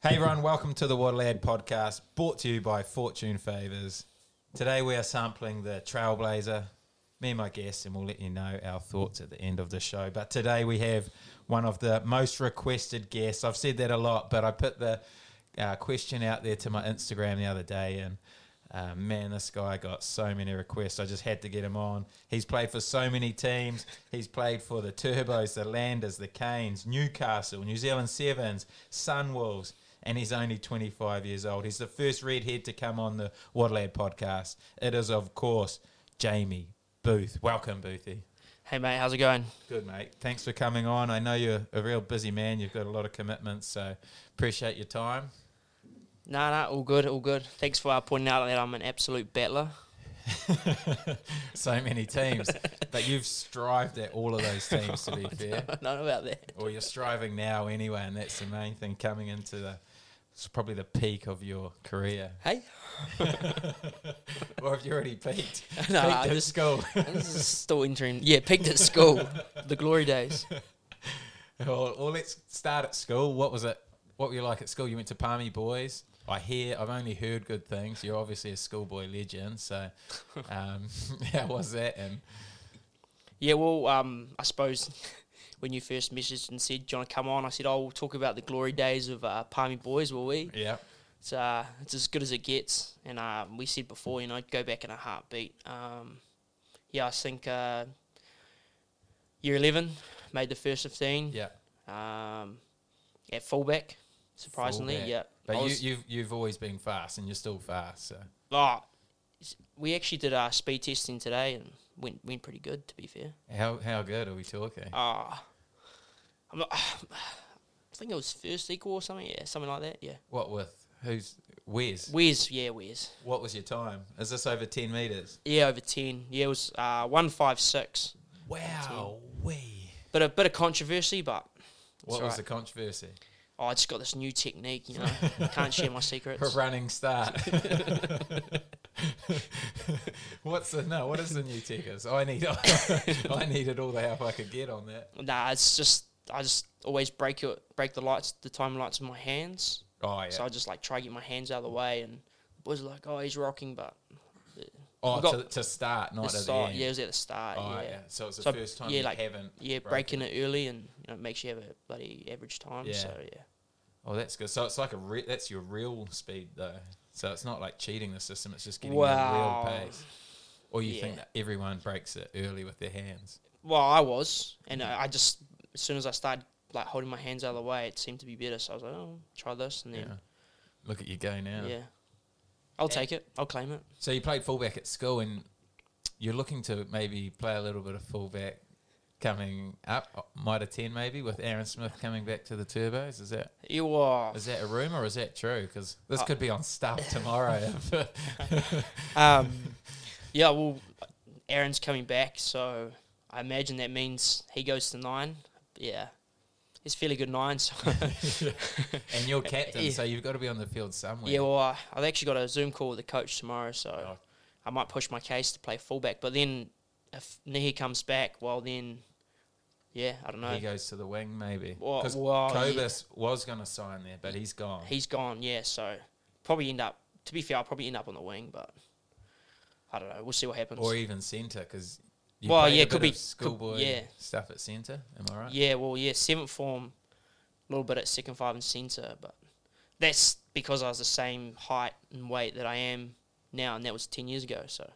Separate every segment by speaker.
Speaker 1: Hey everyone, welcome to the Waterlad podcast, brought to you by Fortune Favors. Today we are sampling the Trailblazer. Me and my guests, and we'll let you know our thoughts at the end of the show. But today we have one of the most requested guests. I've said that a lot, but I put the uh, question out there to my Instagram the other day, and uh, man, this guy got so many requests. I just had to get him on. He's played for so many teams. He's played for the Turbos, the Landers, the Canes, Newcastle, New Zealand Sevens, Sunwolves, and he's only 25 years old. He's the first redhead to come on the Waterlad podcast. It is, of course, Jamie Booth. Welcome, Boothie.
Speaker 2: Hey mate, how's it going?
Speaker 1: Good, mate. Thanks for coming on. I know you're a real busy man. You've got a lot of commitments, so appreciate your time.
Speaker 2: Nah, nah, all good, all good. Thanks for uh, pointing out that I'm an absolute battler.
Speaker 1: so many teams, but you've strived at all of those teams, to be fair.
Speaker 2: Oh, I know about that.
Speaker 1: Or you're striving now anyway, and that's the main thing coming into the. It's probably the peak of your career.
Speaker 2: Hey,
Speaker 1: Or have you already peaked?
Speaker 2: No,
Speaker 1: peaked
Speaker 2: I
Speaker 1: at
Speaker 2: just-
Speaker 1: school.
Speaker 2: this is still entering. Yeah, peaked at school, the glory days.
Speaker 1: Well, well, let's start at school. What was it? What were you like at school? You went to Palmy Boys. I hear. I've only heard good things. You're obviously a schoolboy legend. So, um, how was that? And
Speaker 2: Yeah, well, um, I suppose when you first messaged and said, "Do you want to come on?" I said, "Oh, we'll talk about the glory days of uh, Palmy Boys, will we?"
Speaker 1: yeah,
Speaker 2: It's uh, it's as good as it gets, and um, we said before, you know, I'd go back in a heartbeat. Um, yeah, I think uh, year eleven made the first fifteen.
Speaker 1: yeah.
Speaker 2: um, at fullback. Surprisingly,
Speaker 1: Fullback.
Speaker 2: yeah. I
Speaker 1: But
Speaker 2: was-
Speaker 1: you, you've you've always been fast, and you're still fast. So
Speaker 2: Ah, s- we actually did our speed testing today and went went pretty good. To be fair,
Speaker 1: how how good are we talking?
Speaker 2: ah, I'm not, I think it was first equal or something. Yeah, something like that. Yeah,
Speaker 1: What with who's where's
Speaker 2: Where's Yeah, Where's
Speaker 1: what was your time? Is this over ten meters?
Speaker 2: Yeah, over ten. Yeah, it was uh, one five six.
Speaker 1: Wow, we.
Speaker 2: But a bit of controversy, but it's
Speaker 1: What
Speaker 2: all
Speaker 1: was
Speaker 2: right.
Speaker 1: the controversy?
Speaker 2: Oh, I just got this new technique. You know, can't share my
Speaker 1: A
Speaker 2: secrets.
Speaker 1: running start. What's the no? What is the new tickers? I need I needed all the help I could get on that.
Speaker 2: Nah, it's just I just always break it, break the lights, the time lights in my hands.
Speaker 1: Oh yeah.
Speaker 2: So I just like try to get my hands out of the way, and the boys were like, "Oh, he's rocking," but
Speaker 1: oh,
Speaker 2: we got-
Speaker 1: to, to start, not
Speaker 2: the
Speaker 1: at
Speaker 2: start,
Speaker 1: the end.
Speaker 2: yeah, it was at the start,
Speaker 1: Oh,
Speaker 2: yeah,
Speaker 1: yeah. So it's the
Speaker 2: So,
Speaker 1: first time
Speaker 2: yeah,
Speaker 1: you
Speaker 2: like-
Speaker 1: haven't.
Speaker 2: yeah, breaking it early, and you know, it makes you have a bloody average time.
Speaker 1: Yeah.
Speaker 2: So yeah,
Speaker 1: Oh, that's good. So it's like a re- that's your real speed though. So it's not like cheating the system. It's just getting
Speaker 2: Wow.
Speaker 1: the real pace. Or you think
Speaker 2: Yeah.
Speaker 1: that everyone breaks it early with their hands?
Speaker 2: well, I was, and I I just as soon as I started like holding my hands out of the way, it seemed to be better. So I was like, "Oh, try this," and then
Speaker 1: Look at you go now.
Speaker 2: yeah, I'll take it, I'll claim it.
Speaker 1: So you played fullback at school, and you're looking to maybe play a little bit of fullback coming up, mitre ten maybe, with Aaron Smith coming back to the turbos. Is that
Speaker 2: You are.
Speaker 1: is that a rumor or is that true? Because
Speaker 2: Uh.
Speaker 1: this could be on stuff tomorrow. if-
Speaker 2: Um, yeah, well, Aaron's coming back, so I imagine that means he goes to nine. Yeah, he's fairly good nine. So
Speaker 1: and you're captain,
Speaker 2: Yeah.
Speaker 1: so you've got to be on the field somewhere.
Speaker 2: yeah, well, I, I've actually got a Zoom call with the coach tomorrow, so
Speaker 1: Oh.
Speaker 2: I might push my case to play fullback. But then if Nihi comes back, well, then yeah, I don't know.
Speaker 1: he goes to the wing maybe.
Speaker 2: Well,
Speaker 1: Because
Speaker 2: well, yeah.
Speaker 1: Kobus was going to sign there, but he's gone.
Speaker 2: he's gone. Yeah, so probably end up. To be fair, I'll probably end up on the wing, but I don't know. We'll see what happens.
Speaker 1: or even centre because.
Speaker 2: Well, yeah, could be- could-
Speaker 1: schoolboy
Speaker 2: yeah.
Speaker 1: stuff at centre. Am I right?
Speaker 2: Yeah, well, yeah, seventh form, a little bit at second five and centre, but that's because I was the same height and weight that I am now, and that was ten years ago. So,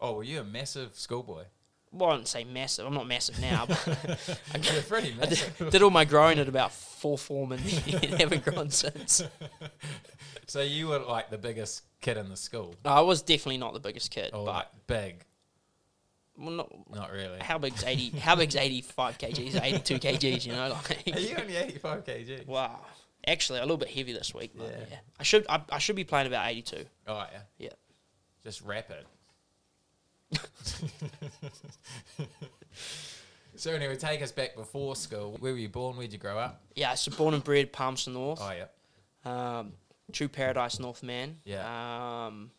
Speaker 1: Oh, were you a massive schoolboy?
Speaker 2: well, I wouldn't say massive. I'm not massive now, but
Speaker 1: You're pretty
Speaker 2: I
Speaker 1: massive.
Speaker 2: did, did all my growing at about four form and haven't grown since.
Speaker 1: So you were like the biggest kid in the school,
Speaker 2: No, I was definitely not the biggest kid,
Speaker 1: or
Speaker 2: but
Speaker 1: like big?
Speaker 2: well, not,
Speaker 1: Not really.
Speaker 2: how big's eighty? How big's eighty-five kgs? Eighty-two kgs? You know, like
Speaker 1: Are you only eighty-five kg?
Speaker 2: wow. Actually, a little bit heavy this week, but
Speaker 1: Yeah.
Speaker 2: yeah. I should I, I should be playing about eighty-two.
Speaker 1: Oh yeah,
Speaker 2: Yeah.
Speaker 1: just rapid. so anyway, take us back before school. Where were you born? Where'd you grow up?
Speaker 2: Yeah, so born and bred Palmerston North.
Speaker 1: Oh yeah,
Speaker 2: Um, true Paradise North man. Yeah. Um,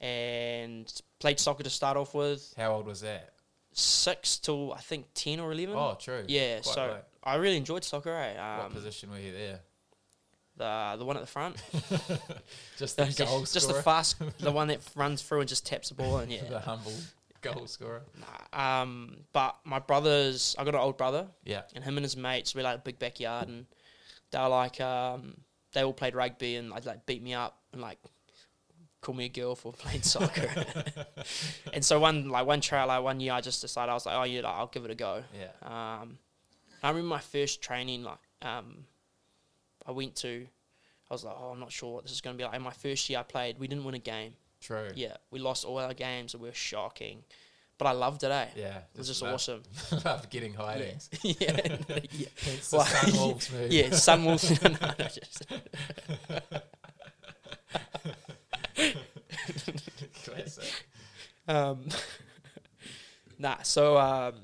Speaker 2: and played soccer to start off with,
Speaker 1: how old was that?
Speaker 2: six till I think ten or eleven.
Speaker 1: Oh, true.
Speaker 2: yeah.
Speaker 1: Quite
Speaker 2: so
Speaker 1: late.
Speaker 2: I really enjoyed soccer. Eh?
Speaker 1: what
Speaker 2: Um,
Speaker 1: position were you there?
Speaker 2: the the one at the front.
Speaker 1: Just the
Speaker 2: just,
Speaker 1: goal
Speaker 2: just the
Speaker 1: scorer.
Speaker 2: fast, the one that runs through and just taps the ball and yeah.
Speaker 1: the humble goal scorer.
Speaker 2: Nah, um, but my brothers, I got an old brother,
Speaker 3: Yeah.
Speaker 2: and him and his mates, we had, like a big backyard, and they were like, um, they all played rugby, and like, like beat me up and like call me a girl for playing soccer. and so one like one trial, like one year, I just decided I was like, oh yeah, like, I'll give it a go.
Speaker 3: Yeah.
Speaker 2: Um, I remember my first training, like um, I went to, I was like, oh, I'm not sure what this is going to be like. And my first year I played, we didn't win a game.
Speaker 1: True.
Speaker 2: Yeah, we lost all our games, and we were shocking, but I loved it. Eh?
Speaker 1: Yeah.
Speaker 2: it was just
Speaker 1: love-
Speaker 2: awesome.
Speaker 1: love getting hidings.
Speaker 2: yeah, yeah,
Speaker 1: Hence the
Speaker 2: Well,
Speaker 1: Sunwolves move.
Speaker 2: yeah. Sun Wolves. no, no, just-
Speaker 3: Classic.
Speaker 2: um, nah, so um,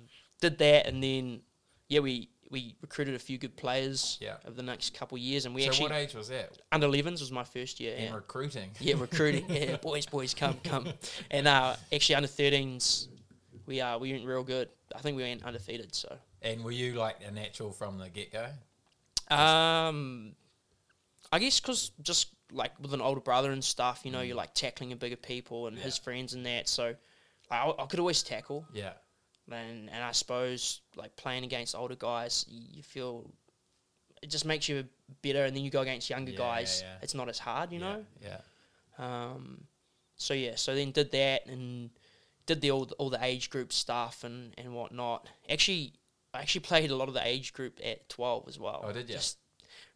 Speaker 2: did that, and then yeah, we we recruited a few good players
Speaker 1: Yeah.
Speaker 2: over the next couple of years, and we
Speaker 1: so
Speaker 2: actually
Speaker 1: what age was that
Speaker 2: under 11s was my first year.
Speaker 1: in
Speaker 2: Yeah.
Speaker 1: recruiting?
Speaker 2: Yeah, recruiting. Yeah, boys, boys, come, come. And uh, actually, under 13s, we uh, we went real good. I think we went undefeated. So,
Speaker 3: And were you like a natural from the get go?
Speaker 2: um, I guess because just like with an older brother and stuff, you know,
Speaker 3: Mm.
Speaker 2: you're like tackling bigger people and his friends and that. So, I, I could always tackle,
Speaker 3: Yeah.
Speaker 2: and and I suppose like playing against older guys, y- you feel it just makes you better. And then you go against younger
Speaker 3: Yeah, yeah,
Speaker 2: guys,
Speaker 3: yeah.
Speaker 2: it's not as hard, you
Speaker 3: yeah,
Speaker 2: know.
Speaker 3: Yeah.
Speaker 2: Um, so yeah, so then did that and did the all the, all the age group stuff and and whatnot. Actually, I actually played a lot of the age group at twelve as well.
Speaker 3: Oh, did ya?
Speaker 2: Just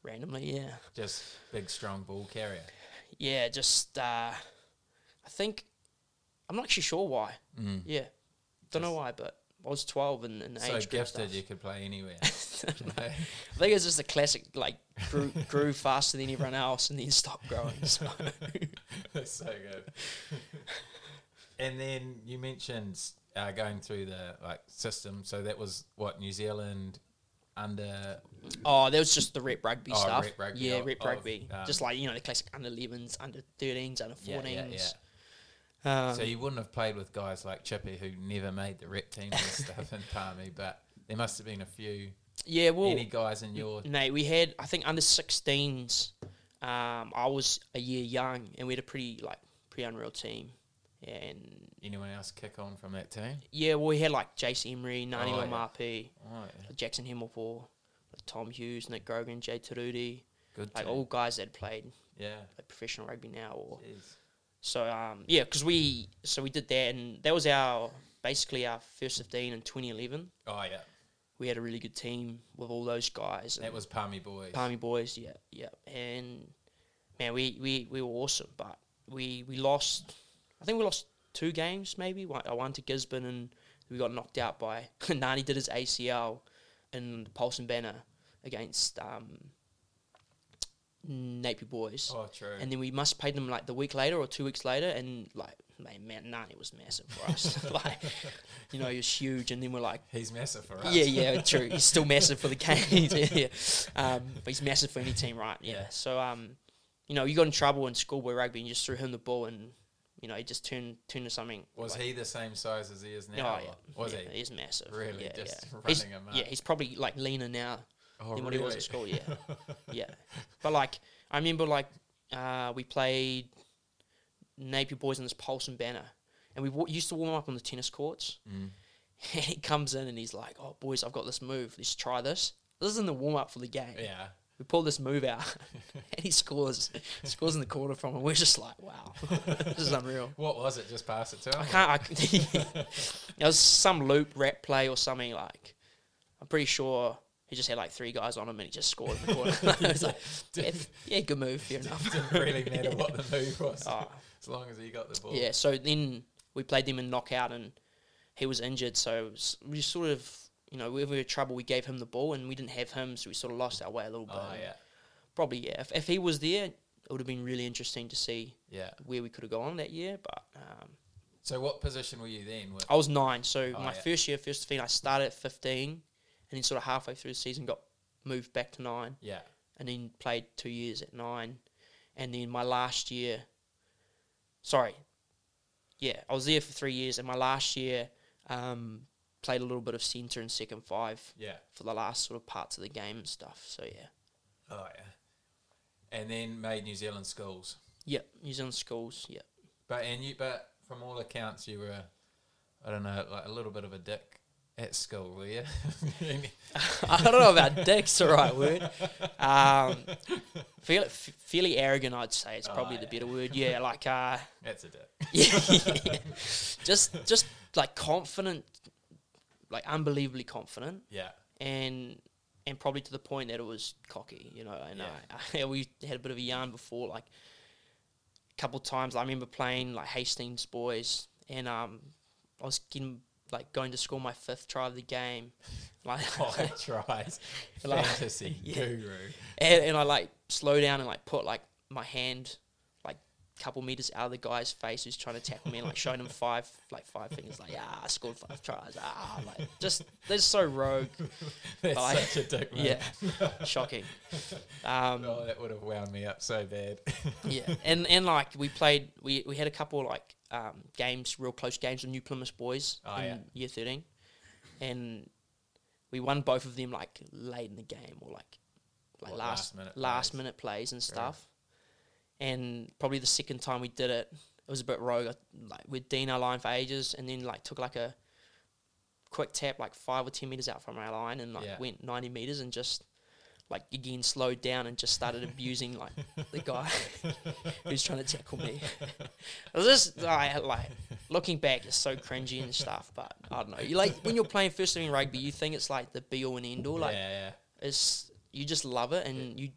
Speaker 2: randomly, yeah,
Speaker 3: Just big, strong ball carrier.
Speaker 2: yeah. Just uh, I think I'm not actually sure why.
Speaker 3: Mm.
Speaker 2: Yeah, don't know why, but I was twelve and, and the
Speaker 3: So
Speaker 2: age group
Speaker 3: gifted,
Speaker 2: stuff.
Speaker 3: you could play anywhere.
Speaker 2: I think it's just a classic like grew, grew faster than everyone else and then stopped growing. So.
Speaker 3: That's so good. and then you mentioned uh, going through the like system. So that was what New Zealand under
Speaker 2: Oh, that was just the rep rugby
Speaker 3: Oh,
Speaker 2: stuff.
Speaker 3: rep rugby
Speaker 2: yeah,
Speaker 3: of-
Speaker 2: rep
Speaker 3: of,
Speaker 2: rugby.
Speaker 3: um,
Speaker 2: just like you know the classic under 11s, under 13s, under 14s.
Speaker 3: yeah, yeah, yeah.
Speaker 2: Um,
Speaker 3: so you wouldn't have played with guys like Chippy who never made the rep team and stuff in Palmy, but there must have been a few
Speaker 2: yeah, well,
Speaker 3: any guys in your
Speaker 2: Nate, we had I think under 16s. Um, I was a year young, and we had a pretty like pretty unreal team. And
Speaker 3: anyone else kick on from that team?
Speaker 2: yeah, well, we had like Jace Emery, Nani
Speaker 3: Oh, yeah.
Speaker 2: Lamapi,
Speaker 3: Oh, yeah.
Speaker 2: Jackson Himmelpaw, Tom Hughes, Nick Grogan, Jay Taruti,
Speaker 3: good
Speaker 2: like
Speaker 3: team.
Speaker 2: oh. all guys that played
Speaker 3: yeah.
Speaker 2: like, professional rugby now or
Speaker 3: Jeez.
Speaker 2: So um, yeah, because we so we did that, and that was our basically our first fifteen in 2011.
Speaker 3: Oh yeah,
Speaker 2: We had a really good team with all those guys. And
Speaker 3: that was Palmy boys.
Speaker 2: Palmy boys, yeah, yeah, and man, we, we, we were awesome, but we we lost. I think we lost two games, maybe. One, I won to Gisborne, and we got knocked out by Nani did his ACL in the Paulson Banner against um, Napier boys.
Speaker 3: Oh true.
Speaker 2: And then we must pay them like the week later or two weeks later, and like man, man Nani was massive for us. like, you know, he was huge, and then we're like,
Speaker 3: He's massive for us.
Speaker 2: yeah, yeah, true. He's still massive for the Canes, yeah, yeah. Um, but he's massive for any team, right? Yeah.
Speaker 3: Yeah.
Speaker 2: So, um, you know, you got in trouble in schoolboy rugby, and you just threw him the ball, and you know, he just turned turned to something.
Speaker 3: Was
Speaker 2: like-
Speaker 3: he the same size as he is
Speaker 2: Oh,
Speaker 3: now?
Speaker 2: yeah.
Speaker 3: Was
Speaker 2: yeah,
Speaker 3: he?
Speaker 2: He's massive.
Speaker 3: Really?
Speaker 2: yeah,
Speaker 3: Just
Speaker 2: yeah.
Speaker 3: running
Speaker 2: he's,
Speaker 3: him
Speaker 2: Yeah,
Speaker 3: up?
Speaker 2: he's probably like leaner now
Speaker 3: Oh,
Speaker 2: than what he was at school. Yeah, yeah. But like, I remember like uh, we played Napier boys in this Polson banner, and we wa- used to warm up on the tennis courts.
Speaker 3: Mm.
Speaker 2: And he comes in and he's like, "Oh, boys, I've got this move. Let's try this." This isn't the warm up for the game.
Speaker 3: Yeah.
Speaker 2: We pull this move out, and he scores, scores in the corner from him. We're just like, "Wow, this is unreal."
Speaker 3: What was it? Just pass it to him.
Speaker 2: I can't. I, it was some loop rap play or something like. I'm pretty sure he just had like three guys on him and he just scored in the corner. I was like, yeah, f- yeah, good move, fair enough.
Speaker 3: It didn't really matter what the move was,
Speaker 2: Oh,
Speaker 3: as long as he got the ball.
Speaker 2: yeah. So then we played them in knockout and he was injured. So it was, we sort of, you know, whenever we were trouble, we gave him the ball and we didn't have him, so we sort of lost our way a little bit.
Speaker 3: Oh yeah.
Speaker 2: Probably yeah. If, if he was there, it would have been really interesting to see
Speaker 3: Yeah.
Speaker 2: where we could have gone that year. But um,
Speaker 3: So what position were you then? With
Speaker 2: I was nine, so
Speaker 3: Oh,
Speaker 2: my
Speaker 3: yeah.
Speaker 2: first year, first thing, I started at 15, and then sort of halfway through the season got moved back to nine,
Speaker 3: yeah.
Speaker 2: and then played two years at nine, and then my last year, sorry, yeah, I was there for three years, and my last year, um, played a little bit of centre and second five
Speaker 3: Yeah.
Speaker 2: for the last sort of parts of the game and stuff. So yeah,
Speaker 3: Oh yeah.
Speaker 1: and then made New Zealand schools.
Speaker 2: Yep, New Zealand schools. Yep.
Speaker 1: But and you, but from all accounts, you were, I don't know, like a little bit of a dick at school, were you?
Speaker 2: I don't know about dick's the right word. Um, feel, f- fairly arrogant, I'd say. It's
Speaker 1: Oh,
Speaker 2: probably the
Speaker 1: yeah.
Speaker 2: better word. Yeah, like uh,
Speaker 1: That's a dick.
Speaker 2: yeah, just just like confident, like unbelievably confident,
Speaker 1: Yeah.
Speaker 2: and and probably to the point that it was cocky, you know. And
Speaker 1: Yeah.
Speaker 2: I, we had a bit of a yarn before, like a couple times. I remember playing like Hastings boys, and um, I was getting like going to score my fifth try of the game, like.
Speaker 1: High tries.
Speaker 2: Oh, Like-
Speaker 1: Fantasy
Speaker 2: Yeah.
Speaker 1: guru.
Speaker 2: and, and I like slow down and like put like my hand like a couple meters out of the guy's face who's trying to tackle me and like showing him five like five fingers like ah I scored five tries ah like just they're so rogue
Speaker 1: That's
Speaker 2: I-
Speaker 1: such a dick. Man.
Speaker 2: Oh, yeah shocking um
Speaker 1: Oh, that would have wound me up so bad.
Speaker 2: yeah and and like we played we we had a couple like um games real close games with New Plymouth boys
Speaker 1: Oh,
Speaker 2: in
Speaker 1: yeah.
Speaker 2: year thirteen and we won both of them like late in the game or like like
Speaker 1: What, last
Speaker 2: last
Speaker 1: minute
Speaker 2: last
Speaker 1: plays?
Speaker 2: minute plays and
Speaker 1: Fair enough.
Speaker 2: stuff. And probably the second time we did it, it was a bit rogue. I- Like we'd Dean our line for ages, and then like took like a quick tap, like five or ten meters out from our line, and like
Speaker 1: Yeah.
Speaker 2: went ninety meters and just like again slowed down and just started abusing like the guy who's trying to tackle me. it was just like, like looking back, it's so cringy and stuff. But I don't know. You like when you're playing first team rugby, you think it's like the be all and end all. Like
Speaker 1: yeah, yeah.
Speaker 2: it's you just love it and you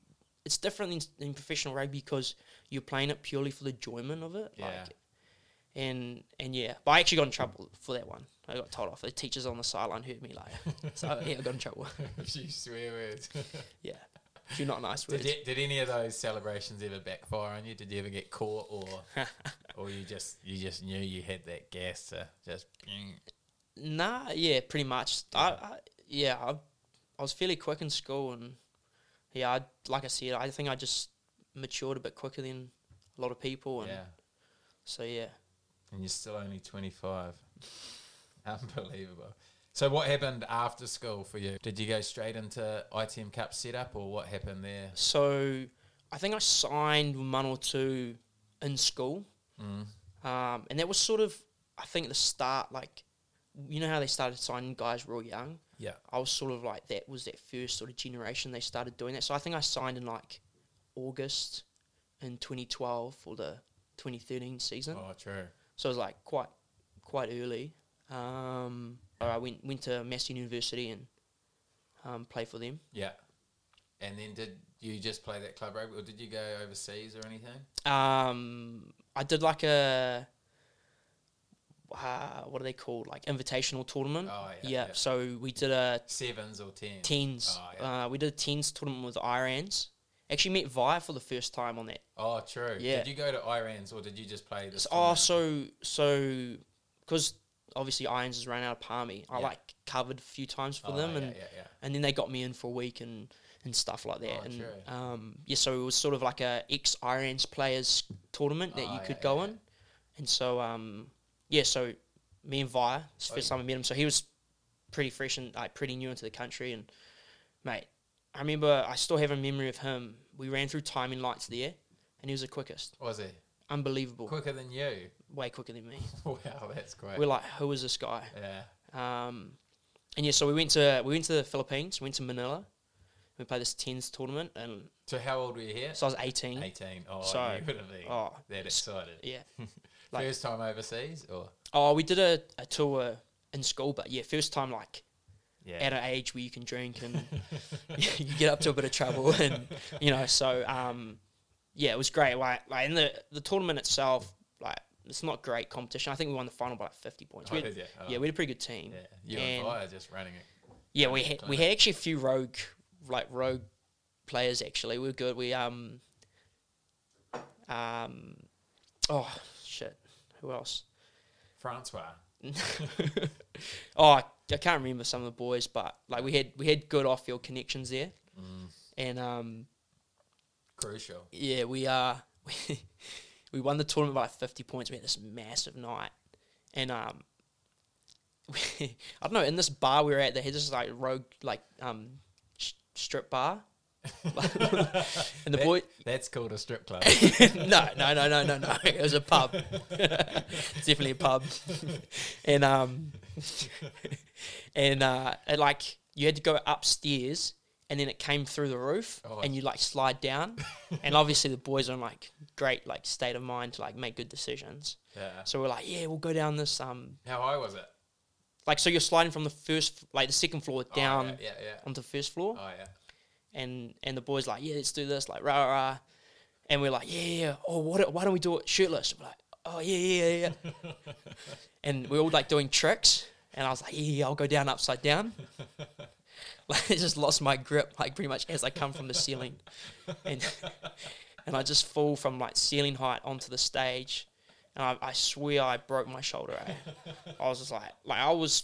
Speaker 2: it's different in, in professional rugby because you're playing it purely for the enjoyment of it
Speaker 1: Yeah.
Speaker 2: like and and yeah but i actually got in trouble for that one i got told off the teachers on the sideline heard me like so yeah i got in trouble
Speaker 4: A few swear words.
Speaker 2: yeah you're not nice
Speaker 1: Did,
Speaker 2: words.
Speaker 1: you, did any of those celebrations ever backfire on you? Did you ever get caught, or or you just you just knew you had that gas to just?
Speaker 2: nah yeah pretty much i, I yeah I, I was fairly quick in school and yeah I, like i said i think i just matured a bit quicker than a lot of people and
Speaker 1: Yeah,
Speaker 2: so yeah
Speaker 1: and you're still only 25. Unbelievable. So what happened after school for you? Did you go straight into ITM Cup setup, or what happened there?
Speaker 2: So I think I signed with one or two in school.
Speaker 1: Mm.
Speaker 2: Um, and that was sort of, I think, the start. Like, you know how they started signing guys real young?
Speaker 1: Yeah,
Speaker 2: I was sort of like, that was that first sort of generation they started doing that. So I think I signed in like August in 2012 for the 2013 season.
Speaker 1: oh true.
Speaker 2: So it was like quite quite early. Um, I went, went to Mass University and um, played for them.
Speaker 1: Yeah, and then did you just play that club rugby, or did you go overseas or anything?
Speaker 2: Um, I did like a uh, what are they called? Like invitational tournament.
Speaker 1: Oh, yeah, yeah.
Speaker 2: So we did a
Speaker 1: Sevens or tens?
Speaker 2: teens.
Speaker 1: Oh, yeah.
Speaker 2: uh, we did a teens tournament with Irans. Actually met Vi for the first time on that.
Speaker 1: Oh, true.
Speaker 2: Yeah.
Speaker 1: Did you go to Iran's or did you just play this?
Speaker 2: So, oh, so so because obviously Irons has run out of Palmy. I
Speaker 1: Yeah. Oh,
Speaker 2: like covered a few times for them,
Speaker 1: yeah,
Speaker 2: and
Speaker 1: yeah, yeah.
Speaker 2: and then they got me in for a week and and stuff like that.
Speaker 1: Oh,
Speaker 2: and
Speaker 1: true.
Speaker 2: um, yeah, so it was sort of like a ex Irons players tournament that
Speaker 1: Oh,
Speaker 2: you
Speaker 1: yeah,
Speaker 2: could
Speaker 1: yeah,
Speaker 2: go
Speaker 1: yeah.
Speaker 2: in. And so um, yeah, so me and Vi, it's the
Speaker 1: Oh,
Speaker 2: first
Speaker 1: yeah.
Speaker 2: time I met him. So he was pretty fresh and like pretty new into the country. And mate, I remember I still have a memory of him. We ran through timing lights there, and he was the quickest.
Speaker 1: Was he
Speaker 2: Unbelievable,
Speaker 1: quicker than you?
Speaker 2: way quicker than me.
Speaker 1: Wow, that's great.
Speaker 2: We're like, who is this guy?
Speaker 1: yeah,
Speaker 2: Um, and yeah, so we went to we went to the Philippines, we went to Manila, we played this tens tournament, and
Speaker 1: so how old were you here?
Speaker 2: so I was eighteen.
Speaker 1: Eighteen. Oh,
Speaker 2: So-
Speaker 1: you would have been
Speaker 2: Oh,
Speaker 1: that excited.
Speaker 2: yeah. like-
Speaker 1: First time overseas, or
Speaker 2: Oh, we did a, a tour in school, but yeah, first time like
Speaker 1: yeah,
Speaker 2: at an age where you can drink and you get up to a bit of trouble, and you know, so um, yeah, it was great. Like, like in the the tournament itself, like it's not great competition. I think we won the final by like fifty points.
Speaker 1: Oh,
Speaker 2: We had-
Speaker 1: did you? Oh,
Speaker 2: yeah, we had a pretty good team.
Speaker 1: yeah. You and,
Speaker 2: and-
Speaker 1: I are just running it.
Speaker 2: Yeah, we had we
Speaker 1: Kinda.
Speaker 2: had actually a few rogue like rogue players actually. We were good. We um um oh shit. Who else?
Speaker 1: Francois.
Speaker 2: Oh, I, I can't remember some of the boys, but like we had we had good off field connections there. And um
Speaker 1: Crucial.
Speaker 2: yeah, we uh we, we won the tournament by like fifty points. We had this massive night. And um we, I don't know, in this bar we were at they had this like rogue like um sh- strip bar. and the
Speaker 1: That-
Speaker 2: boy,
Speaker 1: That's called a strip club.
Speaker 2: no, no, no, no, no, no. It was a pub. It's definitely a pub. and um, and uh, it, like you had to go upstairs, and then it came through the roof,
Speaker 1: Oh.
Speaker 2: and you like slide down, and obviously the boys are in like great like state of mind to like make good decisions.
Speaker 1: yeah.
Speaker 2: So we're like, yeah, we'll go down this um,
Speaker 1: How high was it?
Speaker 2: like so you're sliding from the first like the second floor
Speaker 1: Oh,
Speaker 2: down
Speaker 1: yeah, yeah, yeah.
Speaker 2: onto the first floor,
Speaker 1: Oh yeah.
Speaker 2: and and the boys like, yeah, let's do this, like rah rah, rah. and we're like, yeah, yeah, yeah. oh, what, why don't we do it shirtless? We're like, oh yeah, yeah, yeah, yeah. and we're all like doing tricks, and I was like, yeah, yeah, I'll go down upside down. like I just lost my grip, like pretty much as I come from the ceiling, and and I just fall from like ceiling height onto the stage, and I, I swear I broke my shoulder. Eh? I was just like, like I was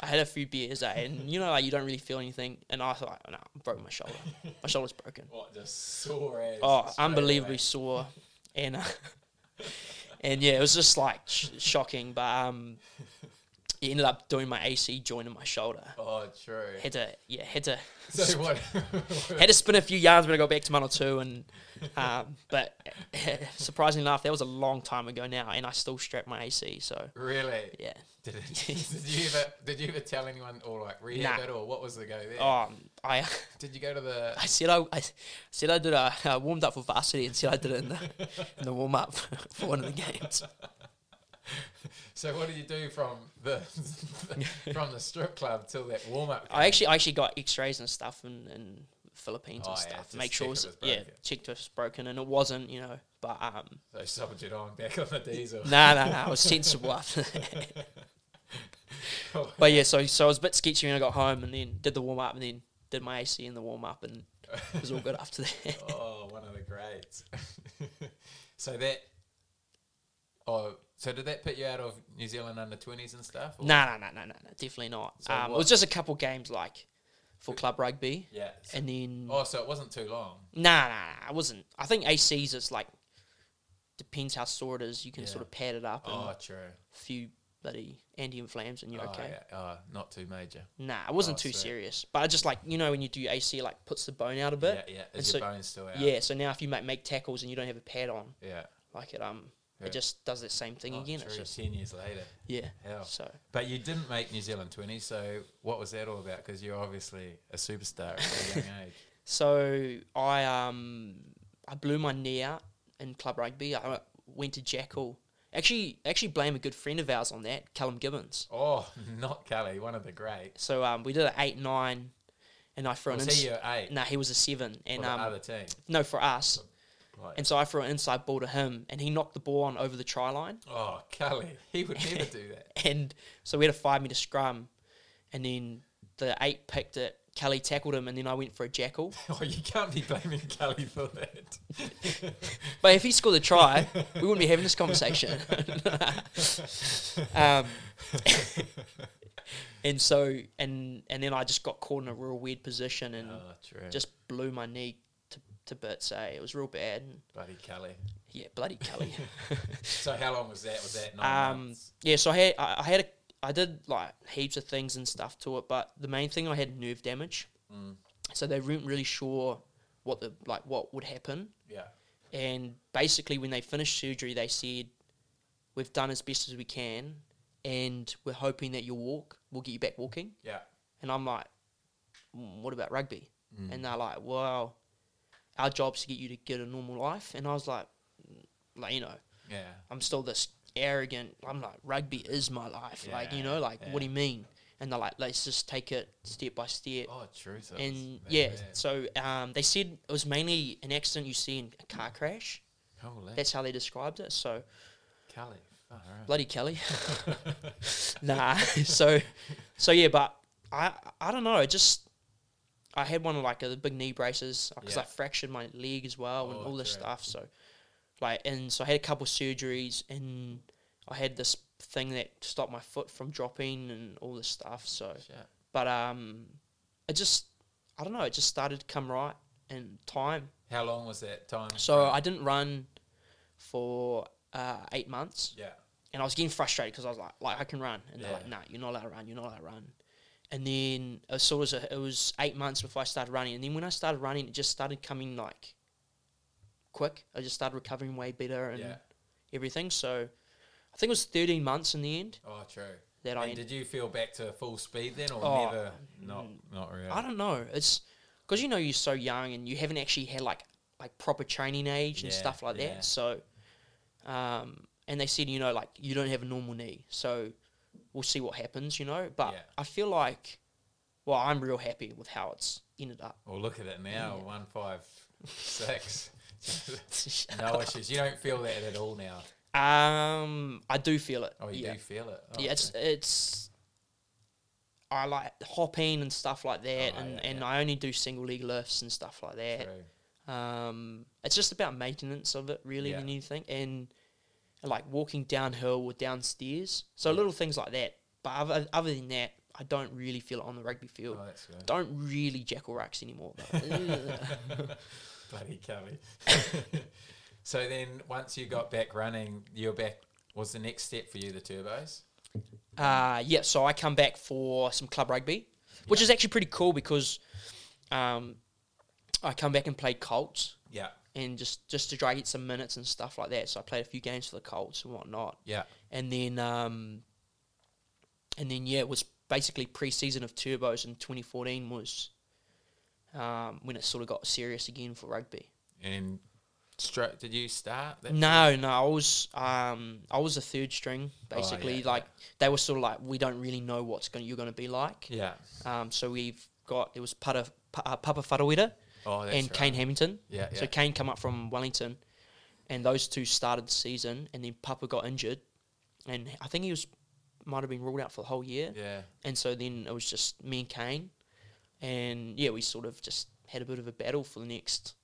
Speaker 2: I had a few beers, eh? and you know, like you don't really feel anything. And I thought, no, I broke my shoulder. My shoulder's broken.
Speaker 1: What just sore ass.
Speaker 2: Oh,
Speaker 1: straight
Speaker 2: unbelievably
Speaker 1: away.
Speaker 2: sore, and uh, and yeah, it was just like sh- shocking. But um, it ended up doing my AC joint in my shoulder.
Speaker 1: Oh, true.
Speaker 2: Had to, yeah, had to,
Speaker 1: So what?
Speaker 2: had to spin a few yards when I got back to Manor Two, and um, but surprisingly enough, that was a long time ago now, and I still strapped my AC. So
Speaker 1: really?
Speaker 2: yeah,
Speaker 3: Did it?
Speaker 1: Did you ever? Did you ever tell anyone or like rehab
Speaker 2: Nah.
Speaker 1: it or what was the go there?
Speaker 2: um, I.
Speaker 1: Did you go to the?
Speaker 2: I said I, I said I did a I warmed up for varsity and said I did it in the in the warm up for one of the games.
Speaker 1: So what did you do from the from the strip club till that warm up?
Speaker 2: I actually I actually got X rays and stuff in, in Philippines
Speaker 1: Oh,
Speaker 2: and
Speaker 1: yeah,
Speaker 2: stuff.
Speaker 1: just
Speaker 2: Make sure it
Speaker 1: check
Speaker 2: was,
Speaker 1: if it was
Speaker 2: yeah
Speaker 1: broken.
Speaker 2: checked if it's broken and it wasn't you know but um
Speaker 1: So soldiered on back on the diesel.
Speaker 2: no no no I was sensible after that. But yeah so so I was a bit sketchy when I got home and then did the warm up and then did my AC in the warm up and it was all good after that.
Speaker 1: oh, one of the greats. so that. Oh, so did that put you out of New Zealand under twenties and stuff? or-
Speaker 2: No no no no no no, definitely not.
Speaker 1: So
Speaker 2: um, it
Speaker 1: what-
Speaker 2: was just a couple games like for club rugby
Speaker 1: Yeah. so-
Speaker 2: and then
Speaker 1: oh, so it wasn't too long.
Speaker 2: Nah, nah, nah, I wasn't. I think ACs is like depends how sore it is. You can
Speaker 1: Yeah.
Speaker 2: sort of pad it up and
Speaker 1: Oh, true.
Speaker 2: a few bloody anti inflams and you're
Speaker 1: oh,
Speaker 2: okay.
Speaker 1: yeah. Oh, not too major.
Speaker 2: Nah, I wasn't
Speaker 1: Oh,
Speaker 2: too
Speaker 1: sweet.
Speaker 2: serious. But I just like you know when you do AC, it, like puts the bone out a bit.
Speaker 1: yeah, yeah.
Speaker 2: and
Speaker 1: Is
Speaker 2: so-
Speaker 1: your bone still out?
Speaker 2: Yeah. So now if you make make tackles and you don't have a pad on,
Speaker 1: Yeah.
Speaker 2: like it um,
Speaker 1: Yeah.
Speaker 2: it just does the same thing
Speaker 1: Oh,
Speaker 2: again. It's
Speaker 1: true,
Speaker 2: just
Speaker 1: ten years later.
Speaker 2: yeah.
Speaker 1: Hell.
Speaker 2: So
Speaker 1: But you didn't make New Zealand 20, so what was that all about? Because you're obviously a superstar at a young age.
Speaker 2: so I um I blew my knee out in club rugby. I went to Jackal. Actually, actually blame a good friend of ours on that, Callum Gibbons.
Speaker 1: Oh, not Kelly, one of the greats.
Speaker 2: So um, we did an eight nine, and I threw
Speaker 1: Was
Speaker 2: an.
Speaker 1: he
Speaker 2: Ins-
Speaker 1: your eight?
Speaker 2: nah, he was a seven, and
Speaker 1: or the
Speaker 2: um,
Speaker 1: other team?
Speaker 2: no for us.
Speaker 1: Right.
Speaker 2: And so I threw an inside ball to him, and he knocked the ball on over the try line,
Speaker 1: oh, Kelly, he would never do that.
Speaker 2: and so we had a five meter scrum, and then the eight picked it. Kelly tackled him, and then I went for a jackal.
Speaker 1: Oh, you can't be blaming Kelly for that.
Speaker 2: But if he scored the try, we wouldn't be having this conversation. um, and so, and and then I just got caught in a real weird position, and
Speaker 1: Oh, true.
Speaker 2: just blew my knee to, to bits. Eh? It was real bad. And
Speaker 1: Bloody Kelly.
Speaker 2: yeah, bloody Kelly.
Speaker 1: So how long was that? Was that nine
Speaker 2: um,
Speaker 1: months?
Speaker 2: yeah, so I had I, I had a I did like heaps of things and stuff to it, but the main thing I had nerve damage.
Speaker 1: Mm.
Speaker 2: So they weren't really sure what the like what would happen.
Speaker 1: Yeah.
Speaker 2: And basically, when they finished surgery, they said, "We've done as best as we can, and we're hoping that you'll walk. We'll get you back walking."
Speaker 1: Yeah.
Speaker 2: And I'm like, "Mm, what about rugby?
Speaker 1: Mm.
Speaker 2: And they're like, well, our job's to get you to get a normal life. And I was like, "Mm," like you know,
Speaker 1: Yeah.
Speaker 2: I'm still this arrogant. I'm like, rugby is my life. Like you know,
Speaker 1: Yeah,
Speaker 2: like
Speaker 1: yeah.
Speaker 2: what do you mean? And they're like, let's just take it step by step.
Speaker 1: Oh, true. So it's
Speaker 2: and
Speaker 1: that
Speaker 2: yeah,
Speaker 1: bad.
Speaker 2: so um, they said it was mainly an accident you see in a car crash.
Speaker 1: Holy
Speaker 2: That's how they described it. So
Speaker 1: Kelly. Oh, eh? all right.
Speaker 2: bloody Kelly. nah. So, so yeah, but I I don't know. I just I had one of like uh, the big knee braces because I
Speaker 1: Yeah.
Speaker 2: fractured my leg as well and
Speaker 1: Oh,
Speaker 2: all this
Speaker 1: great.
Speaker 2: stuff. So, like, and so I had a couple surgeries and I had this thing that stopped my foot from dropping and all this stuff. So,
Speaker 1: Shit.
Speaker 2: but um, it just I don't know. It just started to come right in time.
Speaker 1: How long was that time?
Speaker 2: So I didn't run for uh, eight months
Speaker 1: Yeah.
Speaker 2: and I was getting frustrated because I was like, like I can run, and they're like,
Speaker 1: Yeah.
Speaker 2: nah, you're not allowed to run, you're not allowed to run, and then uh, so it was, a, it was eight months before I started running. And then when I started running, it just started coming like quick. I just started recovering way better and
Speaker 1: Yeah.
Speaker 2: everything. So I think it was 13 months in the end
Speaker 1: Oh, true.
Speaker 2: that I
Speaker 1: And
Speaker 2: ended.
Speaker 1: did you feel back to full speed then, or
Speaker 2: Oh,
Speaker 1: never? Not, not really.
Speaker 2: I don't know. It's because you know you're so young and you haven't actually had like like proper training age and
Speaker 1: Yeah,
Speaker 2: stuff like
Speaker 1: yeah.
Speaker 2: that. So, um, and they said you know like you don't have a normal knee, so we'll see what happens. You know, but
Speaker 1: Yeah.
Speaker 2: I feel like, well, I'm real happy with how it's ended up.
Speaker 1: Well, look at it now. One five six.
Speaker 2: no.
Speaker 1: no issues. You don't feel that at all now.
Speaker 2: Um, I do feel it.
Speaker 1: Oh, you
Speaker 2: yeah.
Speaker 1: do feel it. Oh,
Speaker 2: yeah, it's it's. I like hopping and stuff like that,
Speaker 1: Oh,
Speaker 2: and,
Speaker 1: yeah,
Speaker 2: and
Speaker 1: yeah.
Speaker 2: I only do single leg lifts and stuff like that.
Speaker 1: okay. True.
Speaker 2: Um, it's just about maintenance of it, really,
Speaker 1: Yeah.
Speaker 2: when you think, and like walking downhill or downstairs. So little things like that. But other, other than that, I don't really feel it on the rugby field.
Speaker 1: Oh, that's good.
Speaker 2: Don't really jackal racks anymore. though.
Speaker 1: Bloody Kelly. so then, once you got back running, you're back. Was the next step for you the turbos?
Speaker 2: uh, yeah, so I come back for some club rugby, which is actually pretty cool because um, I come back and play Colts
Speaker 1: Yeah.
Speaker 2: and just just to try to get some minutes and stuff like that. So I played a few games for the Colts and whatnot.
Speaker 1: Yeah.
Speaker 2: and then um, and then yeah, it was basically pre-season of turbos in 2014 was um, when it sort of got serious again for rugby.
Speaker 1: And stra- did you start? That
Speaker 2: No, no, I was um, I was a third string basically.
Speaker 1: Oh, yeah,
Speaker 2: like they were sort of like we don't really know what's going to you're going to be like.
Speaker 1: Yeah.
Speaker 2: Um, so we've got it was Pata, Pa- uh, Papa Farawita
Speaker 1: Oh, that's
Speaker 2: and
Speaker 1: right.
Speaker 2: Kane Hamilton.
Speaker 1: Yeah,
Speaker 2: So
Speaker 1: yeah.
Speaker 2: Kane come up from Wellington, and those two started the season, and then Papa got injured, and I think he was might have been ruled out for the whole year.
Speaker 1: Yeah.
Speaker 2: And so then it was just me and Kane, and yeah, we sort of just had a bit of a battle for the next,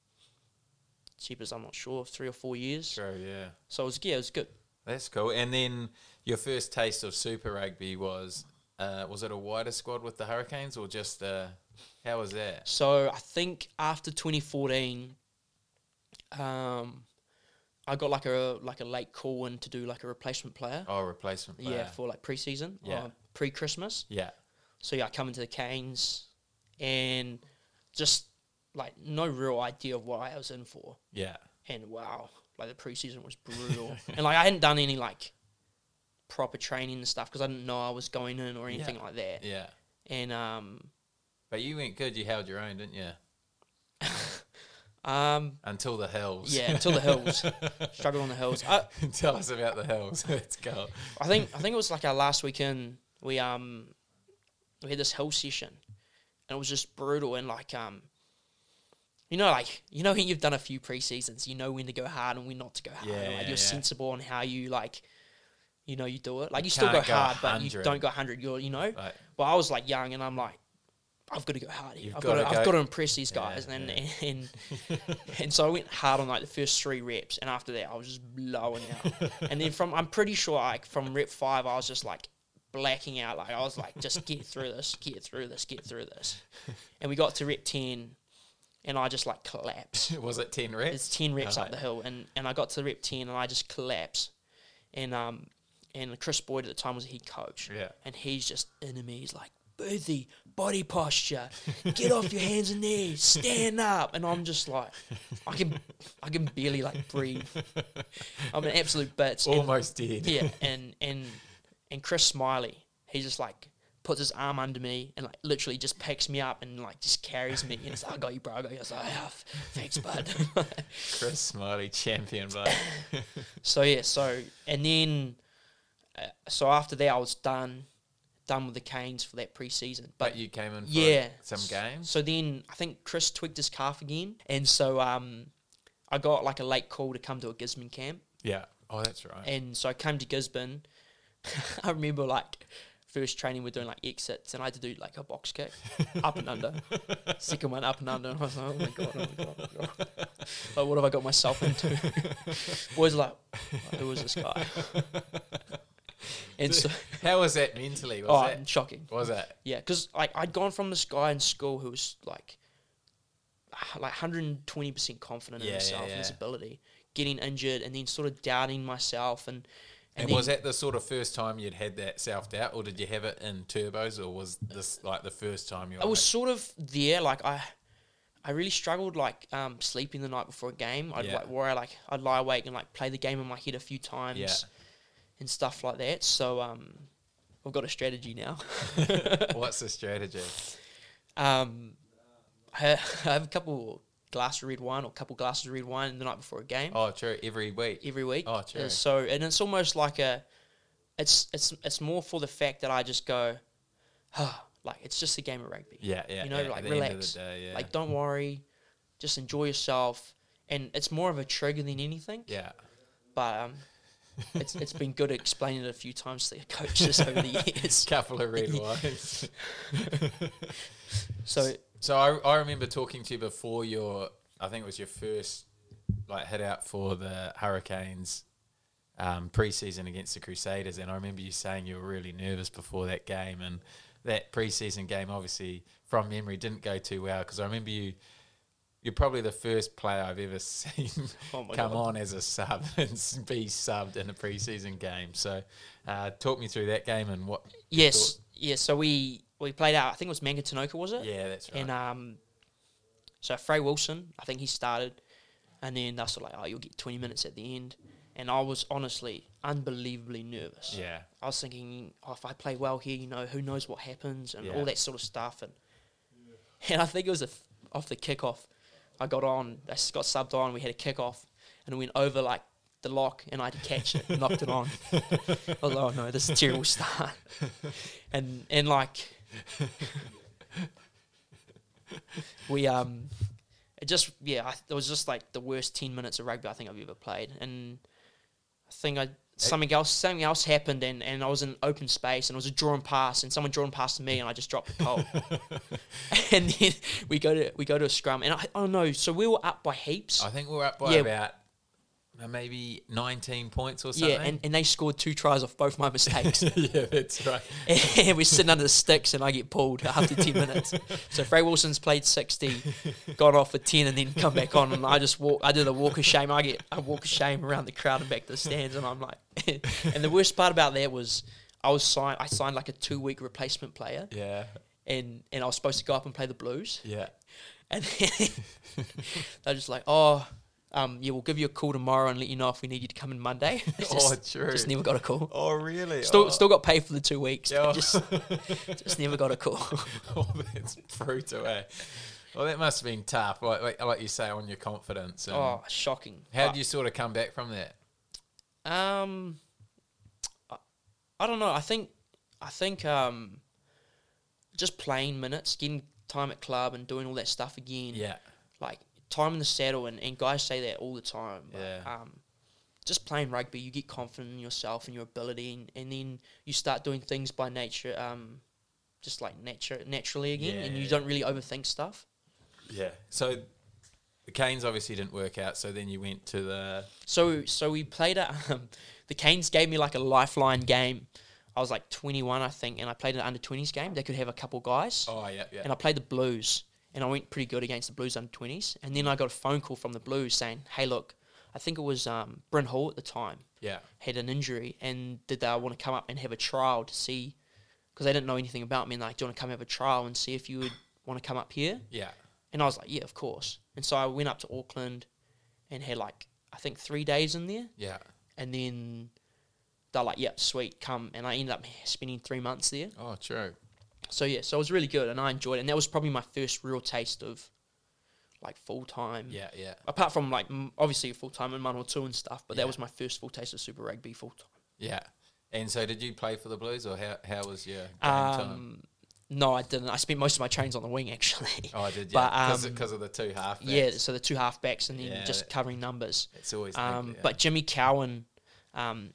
Speaker 2: cheap as I'm not sure, three or four years.
Speaker 1: True. Yeah.
Speaker 2: So it was yeah, it was good.
Speaker 1: That's cool. And then your first taste of Super Rugby was uh, was it a wider squad with the Hurricanes or just uh, how was that?
Speaker 2: So I think after 2014, um, I got like a like a late call in to do like a replacement player.
Speaker 1: Oh, replacement. Player.
Speaker 2: Yeah, for like preseason
Speaker 1: Yeah.
Speaker 2: or pre Christmas.
Speaker 1: yeah.
Speaker 2: So yeah, I come into the Canes and just like no real idea of what I was in for.
Speaker 1: Yeah.
Speaker 2: And wow, like the preseason was brutal. and like I hadn't done any like proper training and stuff because I didn't know I was going in or anything like that.
Speaker 1: Yeah.
Speaker 2: And um,
Speaker 1: But you went good. You held your own, didn't you?
Speaker 2: um,
Speaker 1: Until the hills.
Speaker 2: yeah, until the hills, struggled on the hills. I,
Speaker 1: Tell us about the hills. Let's go.
Speaker 2: I think I think it was like our last weekend. We um we had this hill session, and it was just brutal. And like um, you know, like you know, when you've done a few pre seasons, you know when to go hard and when not to go hard.
Speaker 1: Yeah,
Speaker 2: like
Speaker 1: yeah,
Speaker 2: you're
Speaker 1: yeah.
Speaker 2: sensible on how you like, you know, you do it. Like you,
Speaker 1: You
Speaker 2: still go,
Speaker 1: can't go
Speaker 2: hard, but you
Speaker 1: 100.
Speaker 2: don't go hundred. You're you know.
Speaker 1: Like,
Speaker 2: But I was like young, and I'm like. I've got to go hard here.
Speaker 1: You've
Speaker 2: I've got
Speaker 1: gotta
Speaker 2: to, I've
Speaker 1: go-
Speaker 2: got to impress these
Speaker 1: Yeah,
Speaker 2: guys, and, and and so I went hard on like the first three reps, and after that I was just blowing out. and then from I'm pretty sure like from rep five I was just like blacking out. Like I was like just get through this, get through this, get through this. And we got to rep ten, and I just like collapsed.
Speaker 1: was it ten reps?
Speaker 2: It's ten reps
Speaker 1: Alright.
Speaker 2: up the hill, and and I got to rep ten, and I just collapsed. And um and Chris Boyd at the time was the head coach.
Speaker 1: Yeah.
Speaker 2: And he's just in me. He's like, Boothie, body posture, get off your hands and knees, stand up. And I'm just like, I can, I can barely like breathe. I'm an absolute bitch. And-
Speaker 1: Almost did.
Speaker 2: yeah, and and and Chris Smiley, he just like puts his arm under me and like literally just picks me up and like just carries me and it's like, I got you, bro. I got you. I was like, "Ah, thanks, bud.
Speaker 1: Chris Smiley, champion, but
Speaker 2: so yeah, so and then uh, so after that I was done, done with the Canes for that preseason.
Speaker 1: but
Speaker 2: But
Speaker 1: you came in for
Speaker 2: yeah,
Speaker 1: some games.
Speaker 2: So then I think Chris twigged his calf again, and so um, I got like a late call to come to a Gisborne camp.
Speaker 1: Yeah. Oh, that's right.
Speaker 2: And so I came to Gisborne. I remember like first training we're doing like exits and I had to do like a box kick up and under. Second one up and under. And I was like, oh my god, oh my god, oh my god. Like what have I got myself into? Boys are like, who is this guy? and so
Speaker 1: How was that mentally? Was
Speaker 2: oh,
Speaker 1: it?
Speaker 2: shocking.
Speaker 1: Was it?
Speaker 2: Yeah, because like I'd gone from this guy in school who was like, h- like 120 percent confident
Speaker 1: Yeah,
Speaker 2: in
Speaker 1: yeah,
Speaker 2: himself and his
Speaker 1: yeah.
Speaker 2: ability, getting injured and then sort of doubting myself and
Speaker 1: And,
Speaker 2: then-
Speaker 1: was that the sort of first time you'd had that self doubt, or did you have it in turbos, or was this like the first time you?
Speaker 2: I was sort of there. Like I, I really struggled like um, sleeping the night before a game. I'd
Speaker 1: Yeah.
Speaker 2: like where I like I'd lie awake and like play the game in my head a few times
Speaker 1: Yeah.
Speaker 2: and stuff like that. So um, I've got a strategy now.
Speaker 1: Like, what's the strategy?
Speaker 2: um, I, I have a couple glass of red wine or a couple glasses of red wine the night before a game
Speaker 1: Oh, true. Every week.
Speaker 2: every week.
Speaker 1: Oh, true.
Speaker 2: Uh, so and it's almost like a, it's it's it's more for the fact that I just go, huh, like it's just a game of rugby.
Speaker 1: Yeah, yeah.
Speaker 2: You know,
Speaker 1: yeah, at
Speaker 2: like,
Speaker 1: the end of the
Speaker 2: relax.
Speaker 1: day, yeah.
Speaker 2: Like, don't worry, just enjoy yourself. And it's more of a trigger than anything.
Speaker 1: yeah.
Speaker 2: But um, it's it's been good at explaining it a few times to the coaches over the years.
Speaker 1: Couple of red wines.
Speaker 2: So
Speaker 1: So I, I remember talking to you before your I think it was your first like head out for the Hurricanes um, preseason against the Crusaders, and I remember you saying you were really nervous before that game, and that preseason game obviously from memory didn't go too well because I remember you. You're probably the first player I've ever seen
Speaker 2: Oh my
Speaker 1: come
Speaker 2: God.
Speaker 1: on as a sub and be subbed in a preseason game. So, uh, talk me through that game and what. your
Speaker 2: yes, yes. So we we played out. I think it was Manga Tanoka, was it?
Speaker 1: thought- Yeah, that's right.
Speaker 2: And um, so Frey Wilson, I think he started, and then that's like, oh, you'll get twenty minutes at the end. And I was honestly unbelievably nervous.
Speaker 1: yeah,
Speaker 2: I was thinking, oh, if I play well here, you know, who knows what happens and
Speaker 1: Yeah.
Speaker 2: all that sort of stuff. And and I think it was a f- off the kickoff. I got on, I s- got subbed on. We had a kickoff, and it went over like the lock, and I had to catch it, knocked it on. I was like, oh no, this is a terrible start. and and like we um, it just yeah, I, it was just like the worst ten minutes of rugby I think I've ever played, and I think I something else something else happened and, and I was in open space and it was a drawn pass and someone drawn past to me and I just dropped the pole. and then we go to we go to a scrum and I oh no, so we were up by heaps.
Speaker 1: I think we're up by
Speaker 2: Yeah.
Speaker 1: about uh, maybe 19 points or something.
Speaker 2: yeah, and, and they scored two tries off both my mistakes.
Speaker 1: yeah, that's right.
Speaker 2: and we're sitting under the sticks, and I get pulled after 10 minutes. So Frey Wilson's played 60, got off for 10, and then come back on. And I just walk, I did a walk of shame. I get a walk of shame around the crowd and back to the stands. And I'm like, and the worst part about that was I was signed, I signed like a two week replacement player,
Speaker 1: Yeah,
Speaker 2: and, and I was supposed to go up and play the Blues.
Speaker 1: yeah.
Speaker 2: And then they're just like, oh, um, yeah, we'll give you a call tomorrow and let you know if we need you to come in Monday. It's
Speaker 1: Oh,
Speaker 2: just,
Speaker 1: true.
Speaker 2: Just never got a call.
Speaker 1: Oh, really?
Speaker 2: Still,
Speaker 1: oh,
Speaker 2: still got paid for the two weeks. but
Speaker 1: Yeah.
Speaker 2: Just, just never got a call.
Speaker 1: oh, that's brutal, eh? Well, that must have been tough, like, like, like you say, on your confidence. And
Speaker 2: Oh, shocking!
Speaker 1: how
Speaker 2: But,
Speaker 1: do you sort of come back from that?
Speaker 2: Um, I, I don't know. I think, I think, um, just playing minutes, getting time at club, and doing all that stuff again.
Speaker 1: Yeah,
Speaker 2: Like time in the saddle, and, and guys say that all the time. but,
Speaker 1: Yeah.
Speaker 2: Um, just playing rugby, you get confident in yourself and your ability, and, and then you start doing things by nature. Um, just like nature naturally again,
Speaker 1: Yeah,
Speaker 2: and
Speaker 1: yeah,
Speaker 2: you
Speaker 1: yeah.
Speaker 2: don't really overthink stuff.
Speaker 1: yeah. So the Canes obviously didn't work out, so then you went to the.
Speaker 2: So so we played at um, the Canes gave me like a lifeline game. I was like 21, I think, and I played an under 20s game. They could have a couple guys,
Speaker 1: Oh, yeah, yeah.
Speaker 2: and I played the Blues, and I went pretty good against the Blues under 20s. And then I got a phone call from the Blues saying, "Hey, look, I think it was um, Bryn Hall at the time
Speaker 1: yeah,
Speaker 2: had an injury, and did they want to come up and have a trial to see? Because they didn't know anything about me, and like, do you want to come have a trial and see if you would want to come up here?"
Speaker 1: yeah.
Speaker 2: And I was like, yeah, of course. And so I went up to Auckland and had like, I think three days in there.
Speaker 1: Yeah.
Speaker 2: And then they're like, yeah, sweet, come. And I ended up spending three months there.
Speaker 1: Oh, true.
Speaker 2: So yeah, so it was really good and I enjoyed it. And that was probably my first real taste of like full time.
Speaker 1: Yeah, yeah,
Speaker 2: Apart from like m- obviously full time in Manawatu and stuff, but
Speaker 1: Yeah.
Speaker 2: that was my first full taste of Super Rugby full time.
Speaker 1: yeah. And so, did you play for the Blues, or how, how was your game time?
Speaker 2: Um, no, I didn't. I spent most of my trains on the wing actually.
Speaker 1: Oh, I did,
Speaker 2: but,
Speaker 1: yeah, because
Speaker 2: um,
Speaker 1: of the two half.
Speaker 2: yeah, so the two halfbacks and then
Speaker 1: Yeah,
Speaker 2: just
Speaker 1: that-
Speaker 2: covering numbers.
Speaker 1: It's always niggly,
Speaker 2: Um,
Speaker 1: eh?
Speaker 2: But Jimmy Cowan, um,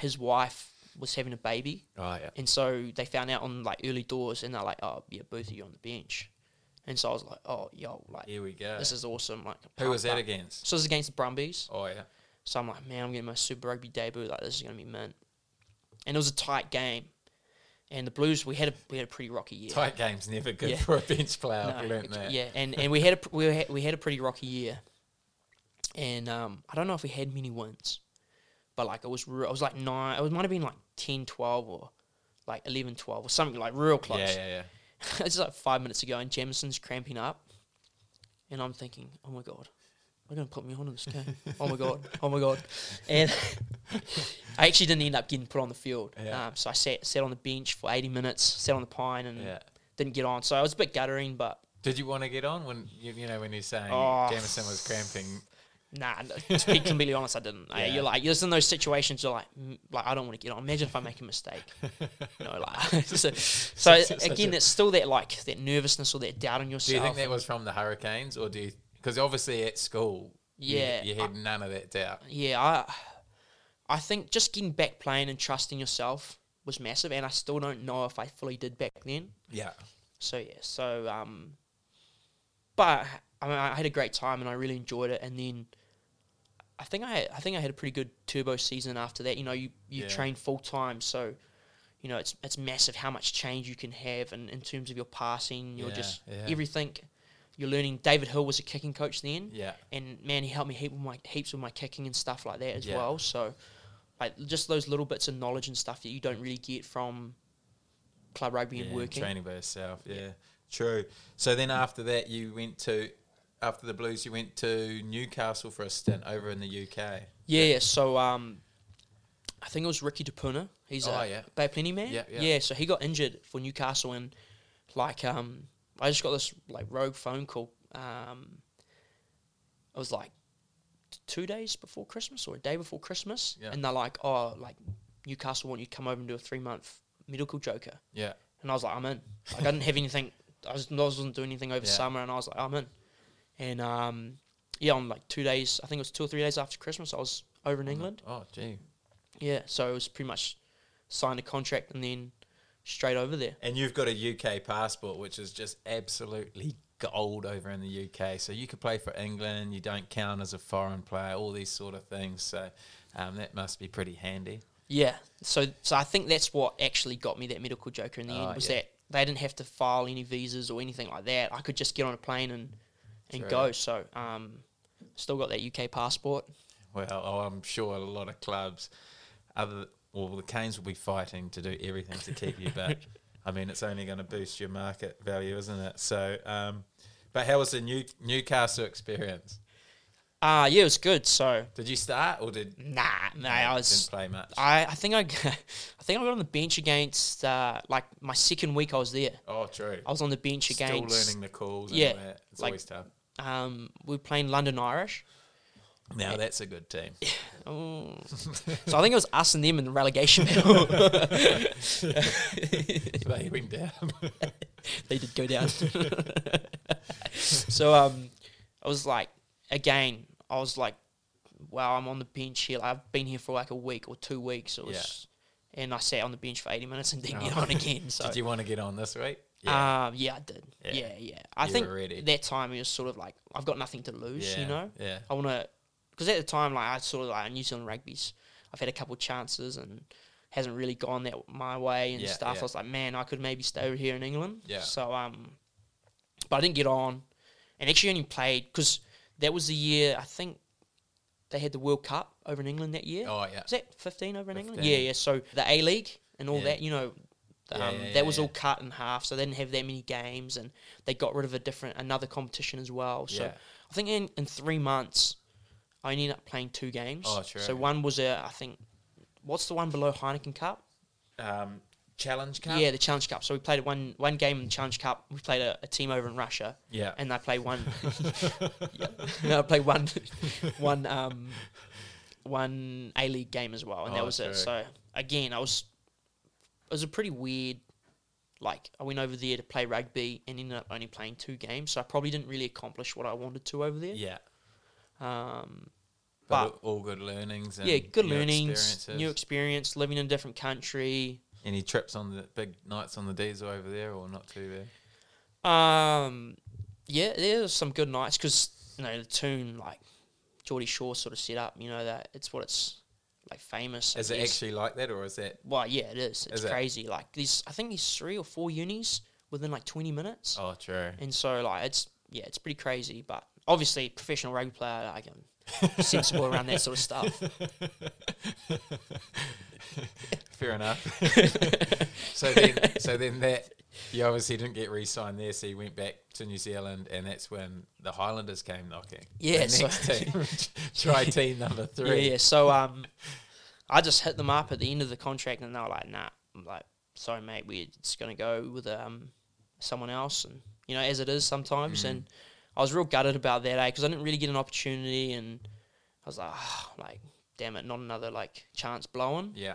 Speaker 2: his wife was having a baby,
Speaker 1: oh yeah,
Speaker 2: and so they found out on like early doors, and they're like, "Oh, yeah, Booth, you're on the bench," and so I was like, "Oh, yo, like
Speaker 1: here we go.
Speaker 2: this is awesome!" Like,
Speaker 1: Who was
Speaker 2: pumped
Speaker 1: that
Speaker 2: up.
Speaker 1: against?
Speaker 2: So it was against the Brumbies.
Speaker 1: Oh yeah,
Speaker 2: So I'm like, "Man, I'm getting my Super Rugby debut. Like, this is gonna be mint." And it was a tight game, and the Blues we had a we had a pretty rocky year.
Speaker 1: tight game's never good
Speaker 2: Yeah.
Speaker 1: for a bench player.
Speaker 2: No,
Speaker 1: I've learnt that.
Speaker 2: Yeah, and, and we had a pr- we had, we had a pretty rocky year, and um, I don't know if we had many wins, But like I was, re- I was like nine. I was might have been like 10, 12 or like 11, 12 or something like real close.
Speaker 1: Yeah, yeah, yeah.
Speaker 2: it's like five minutes ago, and Jamison's cramping up, and I'm thinking, oh my god, they're gonna put me on in this game. oh my god, oh my god, and I actually didn't end up getting put on the field.
Speaker 1: Yeah.
Speaker 2: Um, so I sat sat on the bench for 80 minutes, sat on the pine, and
Speaker 1: Yeah.
Speaker 2: didn't get on. So I was a bit guttering, but
Speaker 1: Did you want to get on when you, you know when you're saying
Speaker 2: Oh.
Speaker 1: Jamison was cramping?
Speaker 2: Nah, no, to be completely honest, I didn't. Uh,
Speaker 1: Yeah.
Speaker 2: You're like, there's in those situations, you're like, mm, like I don't want to get on. Imagine if I make a mistake. you know, like, so, so
Speaker 1: such
Speaker 2: again,
Speaker 1: a-
Speaker 2: it's still that like that nervousness or that doubt on yourself.
Speaker 1: Do you think that was from the Hurricanes, or do you? Because obviously at school, you-
Speaker 2: Yeah.
Speaker 1: you, had none of that doubt.
Speaker 2: yeah, I, I think just getting back playing and trusting yourself was massive, and I still don't know if I fully did back then.
Speaker 1: Yeah,
Speaker 2: So yeah, so um, but I mean, I had a great time and I really enjoyed it. And then I think I had, I think I had a pretty good turbo season after that. You know, you you
Speaker 1: Yeah.
Speaker 2: train full time, so you know it's it's massive how much change you can have in, in terms of your passing, your
Speaker 1: Yeah,
Speaker 2: just
Speaker 1: yeah.
Speaker 2: everything. You're learning. David Hill was a kicking coach then
Speaker 1: yeah,
Speaker 2: and man, he helped me heap with my heaps with my kicking and stuff like that as
Speaker 1: Yeah.
Speaker 2: well. So, like just those little bits of knowledge and stuff that you don't really get from club rugby
Speaker 1: yeah
Speaker 2: and working.
Speaker 1: training by yourself. Yeah.
Speaker 3: Yeah, true.
Speaker 1: So then after that, you went to after the Blues, you went to Newcastle for a stint over in the UK.
Speaker 2: Yeah, yeah. So, um, I think it was Ricky DePuna. He's
Speaker 1: Oh,
Speaker 2: a
Speaker 1: yeah.
Speaker 2: Bay Plenty man.
Speaker 1: Yeah, yeah.
Speaker 2: So he got injured for Newcastle, and like, um, I just got this like rogue phone call. Um, it was like t- two days before Christmas or a day before Christmas,
Speaker 1: Yeah.
Speaker 2: and they're like, "Oh, like Newcastle want you to come over and do a three month medical joker."
Speaker 1: Yeah,
Speaker 2: And I was like, I'm in. Like, I didn't have anything. I, was, I wasn't doing anything over
Speaker 1: Yeah.
Speaker 2: summer, and I was like, I'm in. And um, yeah, on like two days, I think it was two or three days after Christmas, I was over in England.
Speaker 1: Oh, gee.
Speaker 2: Yeah, so it was pretty much signed a contract and then straight over there.
Speaker 1: And you've got a UK passport, which is just absolutely gold over in the UK. So you could play for England. You don't count as a foreign player. All these sort of things. So um, that must be pretty handy.
Speaker 2: Yeah, so so I think that's what actually got me that medical joker in the
Speaker 1: Oh,
Speaker 2: end was
Speaker 1: yeah.
Speaker 2: that they didn't have to file any visas or anything like that. I could just get on a plane and and
Speaker 1: True.
Speaker 2: go. So um, still got that UK passport.
Speaker 1: Well, oh, I'm sure a lot of clubs, other well, the Canes will be fighting to do everything to keep you back. I mean, it's only going to boost your market value, isn't it? So, um, but how was the New, Newcastle experience?
Speaker 2: Ah, yeah, it was good. So
Speaker 1: Did you start or did
Speaker 2: nah, nah, I was
Speaker 1: didn't play much?
Speaker 2: I, I think I, g- I think I got on the bench against uh, like my second week I was there.
Speaker 1: oh, true.
Speaker 2: I was on the bench
Speaker 1: Still
Speaker 2: against
Speaker 1: learning the calls.
Speaker 2: Yeah,
Speaker 1: and all that. it's
Speaker 2: like-
Speaker 1: always tough.
Speaker 2: um, we were playing London Irish.
Speaker 1: Now that's a good team.
Speaker 2: Oh. so I think it was us and them in the relegation battle.
Speaker 1: they went down.
Speaker 2: they did go down. so um, I was like, again, I was like, wow, I'm on the bench here. Like, I've been here for like a week or two weeks. It was, and I sat on the bench for 80 minutes and didn't get on again. So
Speaker 1: Oh. Did you want to get on this week?
Speaker 2: Yeah. Um, yeah, I did.
Speaker 1: Yeah.
Speaker 2: Yeah, yeah. I
Speaker 1: You
Speaker 2: think
Speaker 1: were ready.
Speaker 2: that time it was sort of like I've got nothing to lose,
Speaker 1: yeah,
Speaker 2: you know.
Speaker 1: Yeah.
Speaker 2: I want to, because at the time, like I sort of like New Zealand rugby's. I've had a couple chances and hasn't really gone that my way and
Speaker 1: Yeah,
Speaker 2: stuff.
Speaker 1: yeah.
Speaker 2: I was like, man, I could maybe stay over here in England.
Speaker 1: Yeah.
Speaker 2: So um, but I didn't get on, and actually only played because that was the year I think they had the World Cup over in England that year.
Speaker 1: Oh yeah.
Speaker 2: Is that 15 over in England?
Speaker 1: 15.
Speaker 2: Yeah, yeah. So the A League and all
Speaker 1: Yeah.
Speaker 2: that, you know, um,
Speaker 1: Yeah, yeah, yeah,
Speaker 2: that was all
Speaker 1: yeah.
Speaker 2: cut in half, so they didn't have that many games, and they got rid of a different another competition as well. So
Speaker 1: Yeah.
Speaker 2: I think in, in three months, I only ended up playing two games.
Speaker 1: Oh,
Speaker 2: So
Speaker 1: true.
Speaker 2: one was a I think, what's the one below Heineken Cup?
Speaker 1: Um, challenge cup.
Speaker 2: Yeah, the Challenge Cup. So we played one one game in the Challenge Cup. We played a, a team over in Russia,
Speaker 1: Yeah.
Speaker 2: and they played one. yeah, I played one, one, um, one A League game as well, and that
Speaker 1: Oh,
Speaker 2: was
Speaker 1: true.
Speaker 2: it. So again, I was, it was a pretty weird. Like I went over there to play rugby and ended up only playing two games, so I probably didn't really accomplish what I wanted to over there.
Speaker 1: yeah.
Speaker 2: Um,
Speaker 1: But,
Speaker 2: But-
Speaker 1: all all good learnings. And
Speaker 2: yeah, good
Speaker 1: new
Speaker 2: learnings,
Speaker 1: experiences.
Speaker 2: new experience, living in a different country.
Speaker 1: Any trips on the big nights on the diesel over there, or not too there?
Speaker 2: Um, yeah, there's some good nights because you know the tune like Geordie Shore sort of set up. You know that it's what it's like famous. I
Speaker 1: Is it
Speaker 2: guess.
Speaker 1: actually like that, or is that?
Speaker 2: Well, yeah, it is. It's
Speaker 1: Is it?
Speaker 2: crazy. Like these, I think there's three or four unis within like 20 minutes,
Speaker 1: Oh, true.
Speaker 2: and so like it's yeah, it's pretty crazy. But obviously, professional rugby player, like, um, sensible around that sort of stuff.
Speaker 1: Fair enough. so then, so then that you obviously didn't get re-signed there, so you went back to New Zealand, and that's when the Highlanders came knocking.
Speaker 2: Yeah,
Speaker 1: The
Speaker 2: so-
Speaker 1: next team, try team number
Speaker 2: Yeah,
Speaker 1: three.
Speaker 2: yeah. So um, I just hit them up at the end of the contract, and they were like, "Nah." I'm like, "Sorry, mate. We're just gonna go with um someone else." And you know, as it is sometimes. And I was real gutted about that, eh? Because I didn't really get an opportunity, and I was like, "Ah, like, damn it, not another like chance blowing."
Speaker 1: yeah.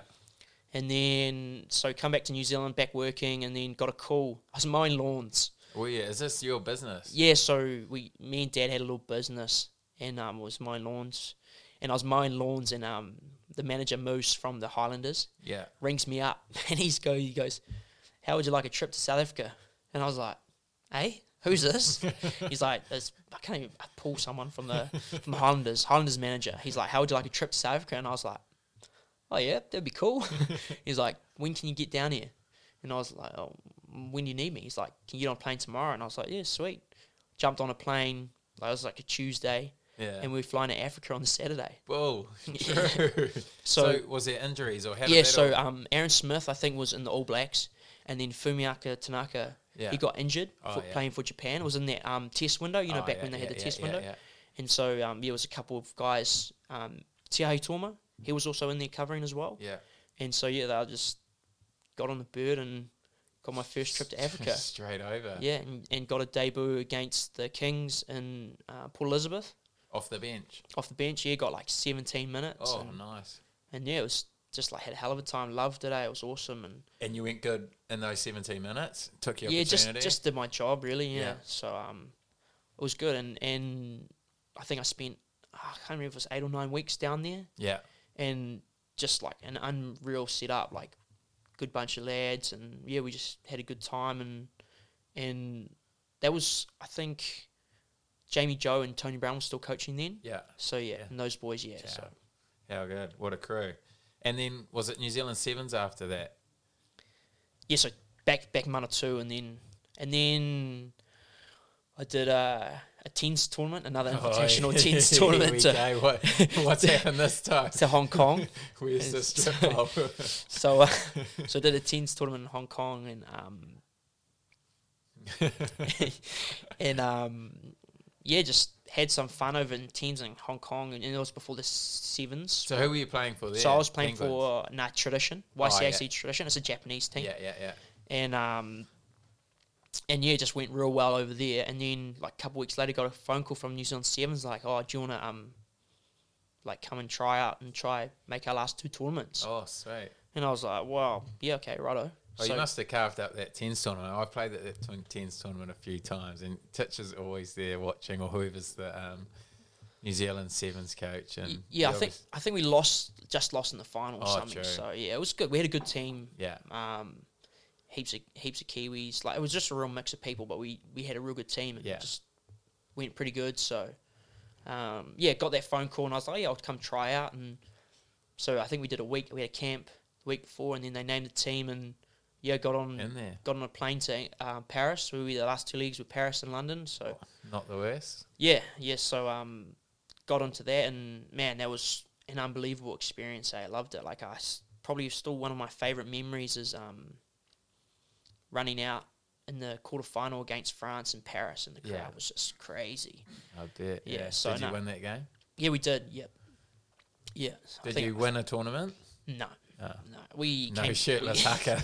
Speaker 2: And then so come back to New Zealand, back working, and then got a call. I was mowing lawns.
Speaker 1: Oh yeah, is this your business?
Speaker 2: Yeah, so we, me and Dad had a little business, and um, it was mowing lawns, and I was mowing lawns, and um, the manager Moose from the Highlanders
Speaker 1: Yeah.
Speaker 2: rings me up, and he's go, he goes, "How would you like a trip to South Africa?" And I was like, "Hey, who's this?" he's like, "It's I can't even pull someone from the from the Highlanders, Highlanders manager." He's like, "How would you like a trip to South Africa?" And I was like, "Oh yeah, that'd be cool." he's like, "When can you get down here?" And I was like, "Oh, when do you need me?" He's like, "Can you get on a plane tomorrow?" And I was like, "Yeah, sweet." Jumped on a plane. Like, it was like a Tuesday,
Speaker 1: Yeah.
Speaker 2: and we were flying to Africa on the Saturday.
Speaker 1: Whoa. True. so,
Speaker 2: So-
Speaker 1: was there injuries or how? did
Speaker 2: Yeah,
Speaker 1: that
Speaker 2: so
Speaker 1: all-
Speaker 2: um, Aaron Smith, I think, was in the All Blacks, and then Fumiaka Tanaka,
Speaker 1: Yeah.
Speaker 2: he got injured
Speaker 1: Oh,
Speaker 2: for
Speaker 1: yeah.
Speaker 2: playing for Japan. It was in that um, test window, you know,
Speaker 1: Oh,
Speaker 2: back
Speaker 1: yeah,
Speaker 2: when they had
Speaker 1: yeah,
Speaker 2: the
Speaker 1: yeah,
Speaker 2: test
Speaker 1: yeah,
Speaker 2: window.
Speaker 1: yeah.
Speaker 2: And so um, there was a couple of guys, um, Tiahi Toma, he was also in there covering as well.
Speaker 1: yeah.
Speaker 2: And so, yeah, I just got on the bird and got my first trip to Africa.
Speaker 1: Straight over.
Speaker 2: yeah, and, and got a debut against the Kings in uh, Port Elizabeth
Speaker 1: Off the bench.
Speaker 2: off the bench. Yeah, got like 17 minutes.
Speaker 1: Oh,
Speaker 2: and,
Speaker 1: nice.
Speaker 2: and yeah, it was just like had a hell of a time. Loved it. Eh? It was awesome. And
Speaker 1: And you went good in those 17 minutes. Took your
Speaker 2: yeah, just
Speaker 1: opportunity.
Speaker 2: just did my job really. Yeah.
Speaker 1: Yeah.
Speaker 2: So um, it was good, and and I think I spent ah, I can't remember if it was eight or nine weeks down there,
Speaker 1: yeah.
Speaker 2: and just like an unreal setup, like good bunch of lads, and yeah, we just had a good time, and and that was I think Jamie Joe and Tony Brown were still coaching then.
Speaker 1: Yeah.
Speaker 2: So yeah,
Speaker 1: Yeah.
Speaker 2: and those boys, yeah. So
Speaker 1: How good. What a crew. And then was it New Zealand Sevens after that?
Speaker 2: yeah, so back back month or two, and then and then I did a a tens tournament, another invitational tens tournament
Speaker 1: Oh, Here we go.
Speaker 2: to,
Speaker 1: What, what's happened this time?
Speaker 2: to Hong Kong.
Speaker 1: Where's the strip club?
Speaker 2: So uh, so I did a tens tournament in Hong Kong, and um, and um, yeah, just had some fun over in teams in Hong Kong, and, and it was before the sevens.
Speaker 1: so who were you playing for there?
Speaker 2: So I was playing
Speaker 1: England?
Speaker 2: for Nah Tradition,
Speaker 1: Oh, yeah.
Speaker 2: YCAC Tradition. It's a Japanese team.
Speaker 1: Yeah, yeah, yeah.
Speaker 2: and um, and yeah, just went real well over there. And then like a couple weeks later, got a phone call from New Zealand Sevens, like, oh, do you wanna um, like come and try out and try make our last two tournaments?
Speaker 1: Oh, sweet.
Speaker 2: And I was like, wow, yeah, okay, righto.
Speaker 1: Oh,
Speaker 2: so
Speaker 1: you must have carved up that tens tournament. I've played at that twen- tens tournament a few times, and Titch is always there watching, or whoever's the um, New Zealand sevens coach. And
Speaker 2: y- yeah, I
Speaker 1: he
Speaker 2: think
Speaker 1: always-
Speaker 2: I think we lost, just lost in the final or
Speaker 1: Oh,
Speaker 2: something.
Speaker 1: true.
Speaker 2: So yeah, it was good. We had a good team.
Speaker 1: yeah,
Speaker 2: Um, heaps of heaps of Kiwis. Like it was just a real mix of people, but we we had a real good team and
Speaker 1: Yeah.
Speaker 2: just went pretty good. So, um, yeah, got that phone call and I was like, yeah, I'll come try out. And so I think we did a week. We had a camp the week before, and then they named the team and yeah, got on
Speaker 1: in there,
Speaker 2: got on a plane to um, Paris. We were the last two leagues were Paris and London. So
Speaker 1: not the worst.
Speaker 2: yeah, yeah. So um, got onto that, and man, that was an unbelievable experience. eh? I loved it. Like I s- probably still one of my favorite memories is um, running out in the quarterfinal against France in Paris, and the crowd
Speaker 1: Yeah.
Speaker 2: was just crazy.
Speaker 1: I bet.
Speaker 2: Yeah, so
Speaker 1: did you
Speaker 2: no.
Speaker 1: win that game?
Speaker 2: Yeah, we did. Yep. Yeah. I
Speaker 1: Did
Speaker 2: think-
Speaker 1: you win a tournament?
Speaker 2: No.
Speaker 1: Oh.
Speaker 2: No, we
Speaker 1: No
Speaker 2: came-
Speaker 1: shirtless haka.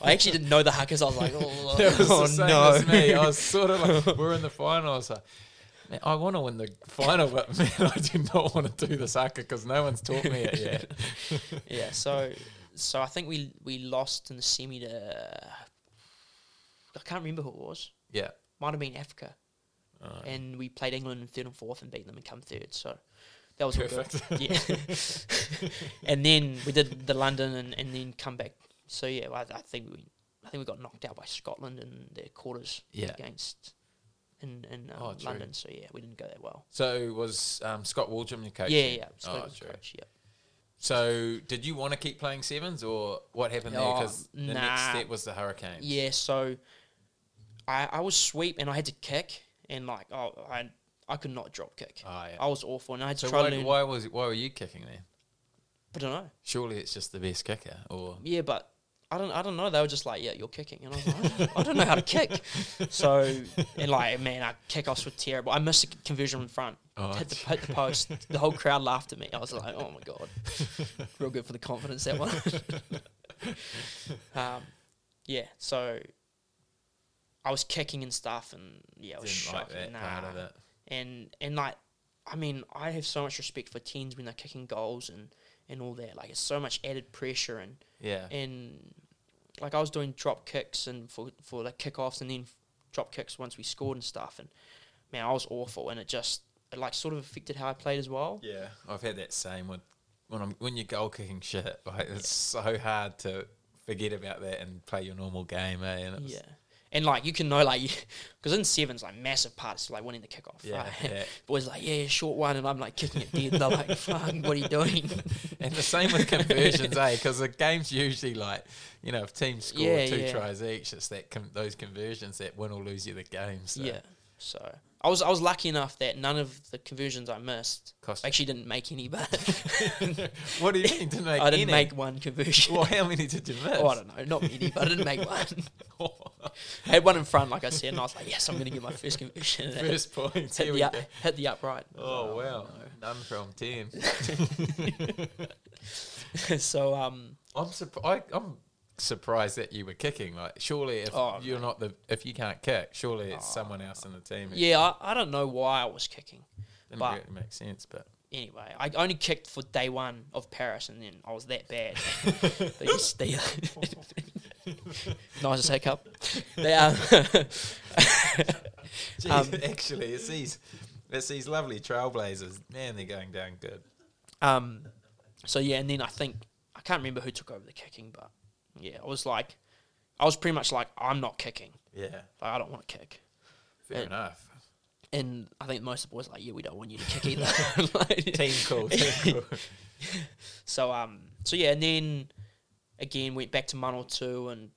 Speaker 2: I actually didn't know the hackers. I was like, oh,
Speaker 1: That was
Speaker 2: oh,
Speaker 1: the same
Speaker 2: no.
Speaker 1: as me. I was sort of like, we're in the final. I was like, man, I want to win the final, but man, I do not want to do the haka because no one's taught me it yet.
Speaker 2: yeah, so so I think we we lost in the semi to I can't remember who it was.
Speaker 1: yeah.
Speaker 2: Might have been Africa, and we played England in third and fourth and beat them and come third. So that was all good. Yeah, and then we did the London and, and then come back. So yeah, I, I think we I think we got knocked out by Scotland in the quarters
Speaker 1: Yeah.
Speaker 2: against in in um,
Speaker 1: Oh, true.
Speaker 2: London. So yeah, we didn't go that well.
Speaker 1: So was um, Scott Waldrum your coach?
Speaker 2: yeah,
Speaker 1: then?
Speaker 2: yeah,
Speaker 1: Oh,
Speaker 2: Scotland was
Speaker 1: true.
Speaker 2: coach, yeah.
Speaker 1: So did you want to keep playing sevens, or what happened there? Because
Speaker 2: Oh,
Speaker 1: the next
Speaker 2: nah.
Speaker 1: step was the Hurricanes.
Speaker 2: Yeah, so I, I was sweep and I had to kick and like oh I I could not drop kick.
Speaker 1: Oh, yeah.
Speaker 2: I was awful, and I had to
Speaker 1: So
Speaker 2: try
Speaker 1: why,
Speaker 2: to learn.
Speaker 1: why was why were you kicking then?
Speaker 2: I don't know.
Speaker 1: Surely it's just the best kicker, or
Speaker 2: Yeah, but I don't. I don't know. They were just like, yeah, you're kicking, and I was like, I don't- I don't know how to kick. So and like, man, our kickoffs were terrible. I missed a conversion in front.
Speaker 1: Oh.
Speaker 2: Hit the hit the post. The whole crowd laughed at me. I was like, oh my god, real good for the confidence that one. um, yeah. So I was kicking and stuff, and yeah, I was
Speaker 1: didn't like
Speaker 2: shocked.
Speaker 1: that
Speaker 2: nah.
Speaker 1: part of it.
Speaker 2: and and like I mean I have so much respect for teens when they're kicking goals and and all that like it's so much added pressure and
Speaker 1: Yeah,
Speaker 2: and like I was doing drop kicks and for for like kickoffs and then drop kicks once we scored and stuff and man I was awful and it just it like sort of affected how I played as well
Speaker 1: yeah. I've had that same with when I'm when you're goal kicking shit. Like it's so hard to forget about that and play your normal game, eh? And it's,
Speaker 2: yeah and like you can know like because in sevens like massive parts like winning the kickoff
Speaker 1: Yeah,
Speaker 2: right?
Speaker 1: yeah.
Speaker 2: boys like yeah short one and I'm like kicking it dead and they're like fuck what are you doing
Speaker 1: And the same with conversions, eh? Because the game's usually like, you know, if teams score
Speaker 2: Yeah,
Speaker 1: two
Speaker 2: yeah.
Speaker 1: tries each, it's that com- those conversions that win or lose you the game. So.
Speaker 2: Yeah. So I was I was lucky enough that none of the conversions I missed
Speaker 1: Cost-
Speaker 2: I actually didn't make any, but
Speaker 1: What do you mean to make?
Speaker 2: I didn't
Speaker 1: any?
Speaker 2: make one conversion.
Speaker 1: Well, how many did you miss?
Speaker 2: Oh, I don't know, not many, but I didn't make one. I had one in front, like I said, and I was like, "Yes, I'm going to get my first conversion." And it
Speaker 1: First point. Here
Speaker 2: hit,
Speaker 1: we
Speaker 2: the
Speaker 1: go.
Speaker 2: up, hit the upright.
Speaker 1: Oh wow, none from Tim.
Speaker 2: so um,
Speaker 1: I'm surprised. I'm surprised that you were kicking. Like, surely if
Speaker 2: Oh,
Speaker 1: you're not the if you can't kick, surely it's someone else in the team. Who
Speaker 2: yeah, I, I don't know why I was kicking.
Speaker 1: didn't
Speaker 2: but-
Speaker 1: really make sense. But
Speaker 2: Anyway, I only kicked for day one of Paris, and then I was that bad. they just they, nice to take up. They um,
Speaker 1: Jeez, actually, it's these it's these lovely trailblazers. Man, they're going down good.
Speaker 2: Um, so yeah, and then I think I can't remember who took over the kicking, but yeah, I was like, I was pretty much like, I'm not kicking.
Speaker 1: Yeah,
Speaker 2: Like I don't want to kick.
Speaker 1: fair
Speaker 2: Yeah.
Speaker 1: enough.
Speaker 2: And I think most of the boys are like, yeah, we don't want you to kick either. Like,
Speaker 1: Team call. Team call.
Speaker 2: so um, so yeah, and then again went back to one or two, and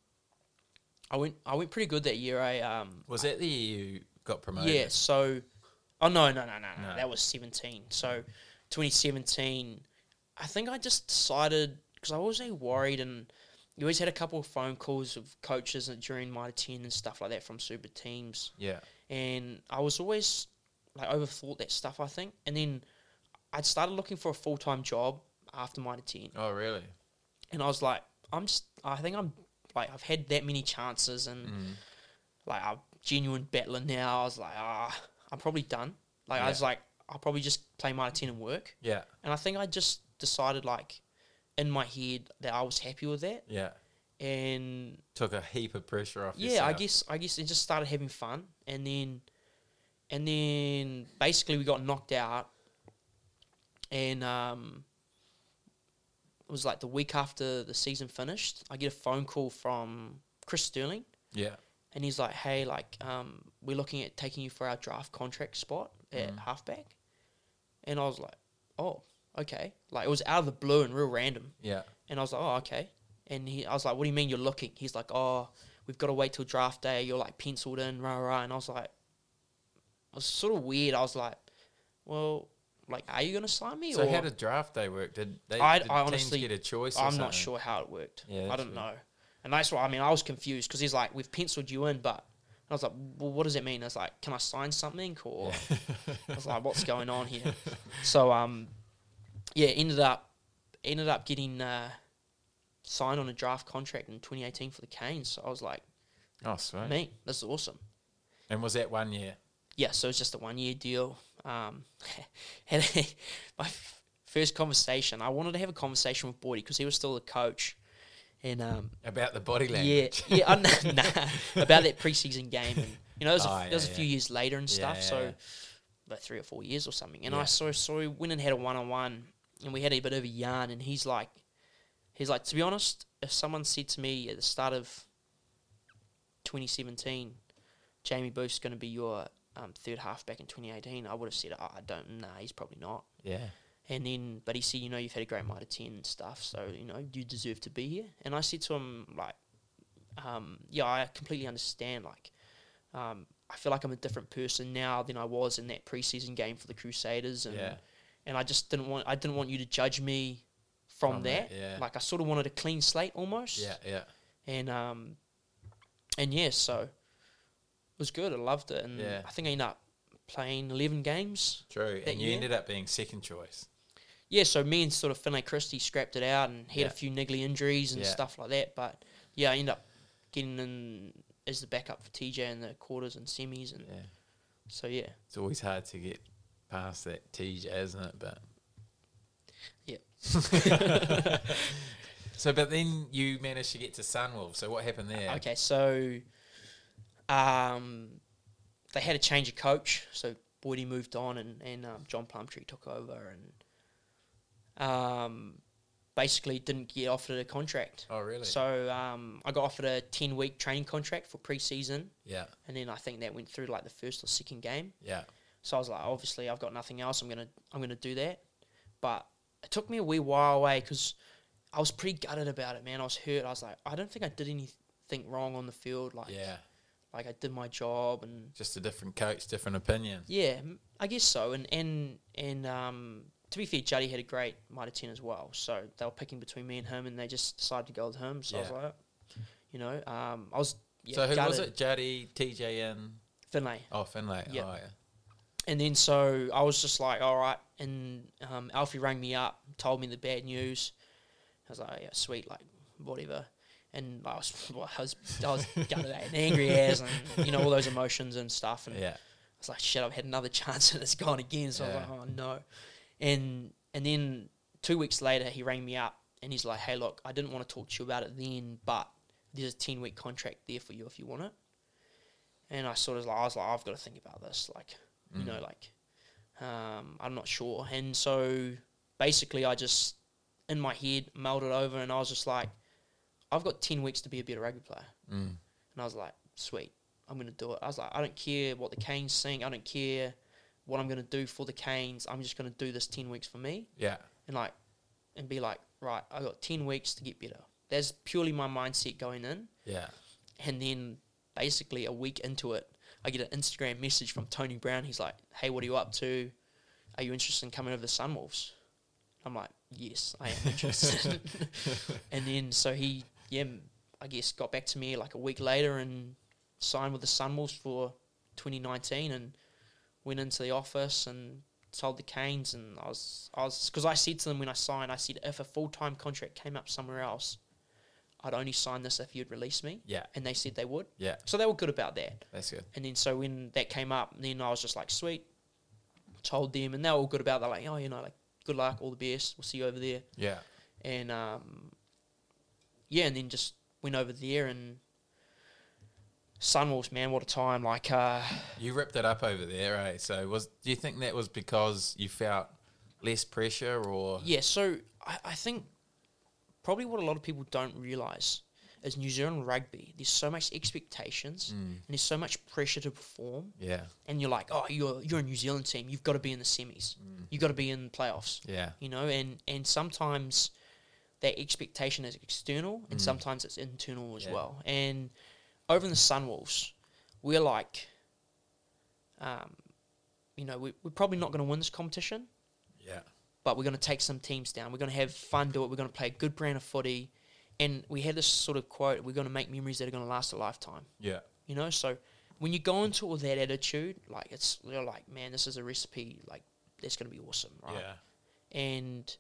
Speaker 2: I went I went pretty good that year. I um,
Speaker 1: Was that the year you got promoted?
Speaker 2: yeah, so oh no no no no no,
Speaker 1: No.
Speaker 2: that was seventeen. So twenty seventeen, I think I just decided because I was always worried and. You always had a couple of phone calls of coaches and during my ten and stuff like that from super teams
Speaker 1: Yeah.
Speaker 2: and I was always like overthought that stuff. I think, and then I would started looking for a full time job after minor ten,
Speaker 1: Oh really?
Speaker 2: and I was like, I'm just, I think I'm like I've had that many chances, and
Speaker 1: Mm.
Speaker 2: like I'm genuine battler now. I was like, ah, I'm probably done. Like I
Speaker 1: Yeah.
Speaker 2: was like, I'll probably just play minor ten and work.
Speaker 1: Yeah.
Speaker 2: And I think I just decided like in my head that I was happy with that,
Speaker 1: Yeah.
Speaker 2: and
Speaker 1: Took a heap of pressure off.
Speaker 2: yeah, I
Speaker 1: yourself.
Speaker 2: guess I guess it just started having fun, and then and then basically we got knocked out, and um, it was like the week after the season finished. I get a phone call from Chris Sterling,
Speaker 1: Yeah.
Speaker 2: and he's like, "Hey, like um, we're looking at taking you for our draft contract spot at halfback," and I was like, "Oh, okay." Like it was out of the blue and real random.
Speaker 1: Yeah.
Speaker 2: And I was like, oh, okay. And he, I was like, what do you mean you're looking? He's like, oh, we've got to wait till draft day. You're like penciled in, rah, rah. And I was like, it was sort of weird. I was like, well, like, are you going to sign me?
Speaker 1: So
Speaker 2: or
Speaker 1: how did draft day work? Did they
Speaker 2: I-
Speaker 1: did
Speaker 2: I
Speaker 1: teams
Speaker 2: honestly-
Speaker 1: get a choice? or
Speaker 2: I'm not
Speaker 1: something?
Speaker 2: sure how it worked.
Speaker 1: Yeah,
Speaker 2: I
Speaker 1: that's
Speaker 2: don't
Speaker 1: weird.
Speaker 2: know. And that's why, I mean, I was confused because he's like, we've penciled you in, but. And I was like, well, what does it mean? I was like, can I sign something? Or I was like, what's going on here? So, um, yeah, ended up ended up getting uh, signed on a draft contract in 2018 for the Canes. So I was like,
Speaker 1: Oh sweet.
Speaker 2: me, this is awesome.
Speaker 1: And was that one year?
Speaker 2: Yeah, so it's just a one year deal. Um, and my f- first conversation, I wanted to have a conversation with Boydie because he was still the coach, and um,
Speaker 1: About the body
Speaker 2: yeah,
Speaker 1: language.
Speaker 2: yeah, I know, nah, about that preseason game. And, you know, there's a,
Speaker 1: Oh,
Speaker 2: f-
Speaker 1: yeah,
Speaker 2: there's a
Speaker 1: yeah.
Speaker 2: few years later and stuff,
Speaker 1: Yeah,
Speaker 2: so
Speaker 1: yeah.
Speaker 2: about three or four years or something. And
Speaker 1: Yeah.
Speaker 2: I saw saw he went and had a one on one, and we had a bit of a yarn. And he's like, he's like, to be honest, if someone said to me at the start of 2017, Jamie Booth's going to be your um, third halfback in 2018, I would have said, oh, I don't, nah, he's probably not.
Speaker 1: Yeah.
Speaker 2: And then, but he said, you know, you've had a great night of 10 and stuff, so, you know, you deserve to be here. And I said to him, like, um, yeah, I completely understand. Like, um, I feel like I'm a different person now than I was in that preseason game for the Crusaders, and
Speaker 1: Yeah.
Speaker 2: and I just didn't want I didn't want you to judge me from,
Speaker 1: From
Speaker 2: that.
Speaker 1: that, yeah.
Speaker 2: Like I sort of wanted a clean slate almost.
Speaker 1: Yeah, yeah.
Speaker 2: And um, and yeah, so it was good. I loved it, and
Speaker 1: Yeah.
Speaker 2: I think I ended up playing eleven games.
Speaker 1: True.
Speaker 2: That
Speaker 1: and you
Speaker 2: year?
Speaker 1: ended up being second choice.
Speaker 2: yeah, so me and sort of Finlay Christie scrapped it out and had
Speaker 1: Yeah.
Speaker 2: a few niggly injuries and
Speaker 1: Yeah.
Speaker 2: stuff like that. But yeah, I ended up getting in as the backup for TJ in the quarters and semis, and
Speaker 1: Yeah.
Speaker 2: so yeah,
Speaker 1: It's always hard to get past that TJ, isn't it? But
Speaker 2: Yep.
Speaker 1: so, but then you managed to get to Sunwolf. So what happened there?
Speaker 2: okay. So um, they had a change of coach, so Boydie moved on, and and um, John Plumtree took over, and um, basically didn't get offered a contract.
Speaker 1: Oh, really?
Speaker 2: So um, I got offered a ten week training contract for pre season.
Speaker 1: yeah,
Speaker 2: and then I think that went through like the first or second game.
Speaker 1: yeah,
Speaker 2: So I was like, obviously, I've got nothing else. I'm gonna I'm gonna do that. But it took me a wee while away because I was pretty gutted about it, man. I was hurt. I was like, I don't think I did anything wrong on the field. Like,
Speaker 1: yeah.
Speaker 2: like I did my job, and
Speaker 1: Just a different coach, different opinion.
Speaker 2: yeah, m- I guess so. And and and um, to be fair, Juddy had a great Mitre ten as well. So they were picking between me and him, and they just decided to go with him. So I was
Speaker 1: Yeah.
Speaker 2: like, you know, um, I was yeah,
Speaker 1: so who was
Speaker 2: gutted.
Speaker 1: it? Jaddy, TJ, and
Speaker 2: Finlay.
Speaker 1: oh Finlay.
Speaker 2: Yeah.
Speaker 1: Oh, yeah.
Speaker 2: And then so I was just like, all right. And um, Alfie rang me up, told me the bad news. I was like, yeah, sweet, like whatever. And I was, well, I was, I was gutted and angry as, and you know all those emotions and stuff. And
Speaker 1: Yeah,
Speaker 2: I was like, shit, I've had another chance and it's gone again. So I
Speaker 1: Yeah.
Speaker 2: was like, oh no. And and then two weeks later, he rang me up and he's like, hey, look, I didn't want to talk to you about it then, but there's a ten week contract there for you if you want it. And I sort of like, I was like, I've got to think about this, like, you
Speaker 1: Mm,
Speaker 2: know, like, um, I'm not sure. And so basically, I just in my head melded over and I was just like, I've got ten weeks to be a better rugby player.
Speaker 1: mm.
Speaker 2: And I was like, sweet, I'm going to do it. I was like, I don't care what the Canes sing. I don't care what I'm going to do for the Canes. I'm just going to do this 10 weeks for me
Speaker 1: yeah,
Speaker 2: and like, and be like, right, I got 10 weeks to get better. That's purely my mindset going in.
Speaker 1: yeah.
Speaker 2: And then basically a week into it, I get an Instagram message from Tony Brown. He's like, hey, what are you up to? Are you interested in coming over to Sunwolves? I'm like, yes, I am interested. and then so he, yeah, I guess got back to me like a week later and signed with the Sunwolves for 2019 and went into the office and told the Canes and I was I was because I said to them when I signed I said if a full time contract came up somewhere else I'd only sign this if you'd release me
Speaker 1: Yeah.
Speaker 2: and they said they would
Speaker 1: Yeah,
Speaker 2: so they were good about that
Speaker 1: that's good.
Speaker 2: and then so when that came up, then I was just like, sweet. Told them, and they were all good about. It. They're like, oh, you know, like good luck, all the best. We'll see you over there.
Speaker 1: Yeah,
Speaker 2: And um, yeah, and then just went over there and Sunwolves, man, what a time! Like, uh,
Speaker 1: you ripped it up over there, eh? So was do you think that was because you felt less pressure, or
Speaker 2: yeah. So I, I think probably what a lot of people don't realize is New Zealand rugby. There's so much expectations and there's so much pressure to perform.
Speaker 1: Mm, yeah,
Speaker 2: And you're like, oh, you're you're a New Zealand team. You've got to be in the semis. You've got to be in the playoffs.
Speaker 1: yeah,
Speaker 2: you know and and sometimes that expectation is external and sometimes it's internal as
Speaker 1: Yeah.
Speaker 2: well and over in the sunwolves we're like um, you know we, we're probably not going to win this competition
Speaker 1: yeah,
Speaker 2: but we're going to take some teams down we're going to have fun do it we're going to play a good brand of footy and we had this sort of quote we're going to make memories that are going to last a lifetime
Speaker 1: yeah,
Speaker 2: you know so when you go into all that attitude like it's you're like man this is a recipe like that's going to be awesome right
Speaker 1: yeah,
Speaker 2: and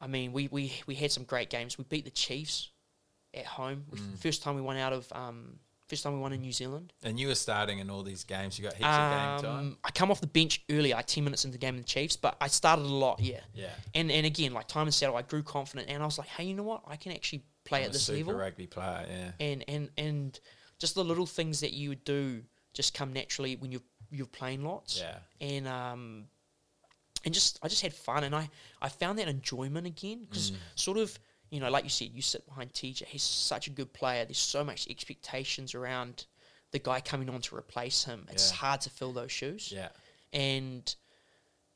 Speaker 2: I mean, we, we, we had some great games. We beat the Chiefs at home. We-
Speaker 1: Mm.
Speaker 2: First time we won out of um, first time we won in New Zealand.
Speaker 1: And you were starting in all these games. You got heaps of game time.
Speaker 2: Um, I come off the bench early, like ten minutes into the game in the Chiefs, but I started a lot, yeah.
Speaker 1: Yeah,
Speaker 2: And and again, like time and saddle, I grew confident, and I was like, hey, you know what? I can actually play
Speaker 1: I'm
Speaker 2: at
Speaker 1: a
Speaker 2: this
Speaker 1: super
Speaker 2: level.
Speaker 1: rugby player. Yeah,
Speaker 2: and and and just the little things that you would do just come naturally when you're you're playing lots.
Speaker 1: Yeah.
Speaker 2: And um, and just I just had fun, and I I found that enjoyment again
Speaker 1: Mm.
Speaker 2: because sort of you know like you said, you sit behind TJ. He's such a good player. There's so much expectations around the guy coming on to replace him. It's
Speaker 1: Yeah.
Speaker 2: hard to fill those shoes.
Speaker 1: yeah,
Speaker 2: And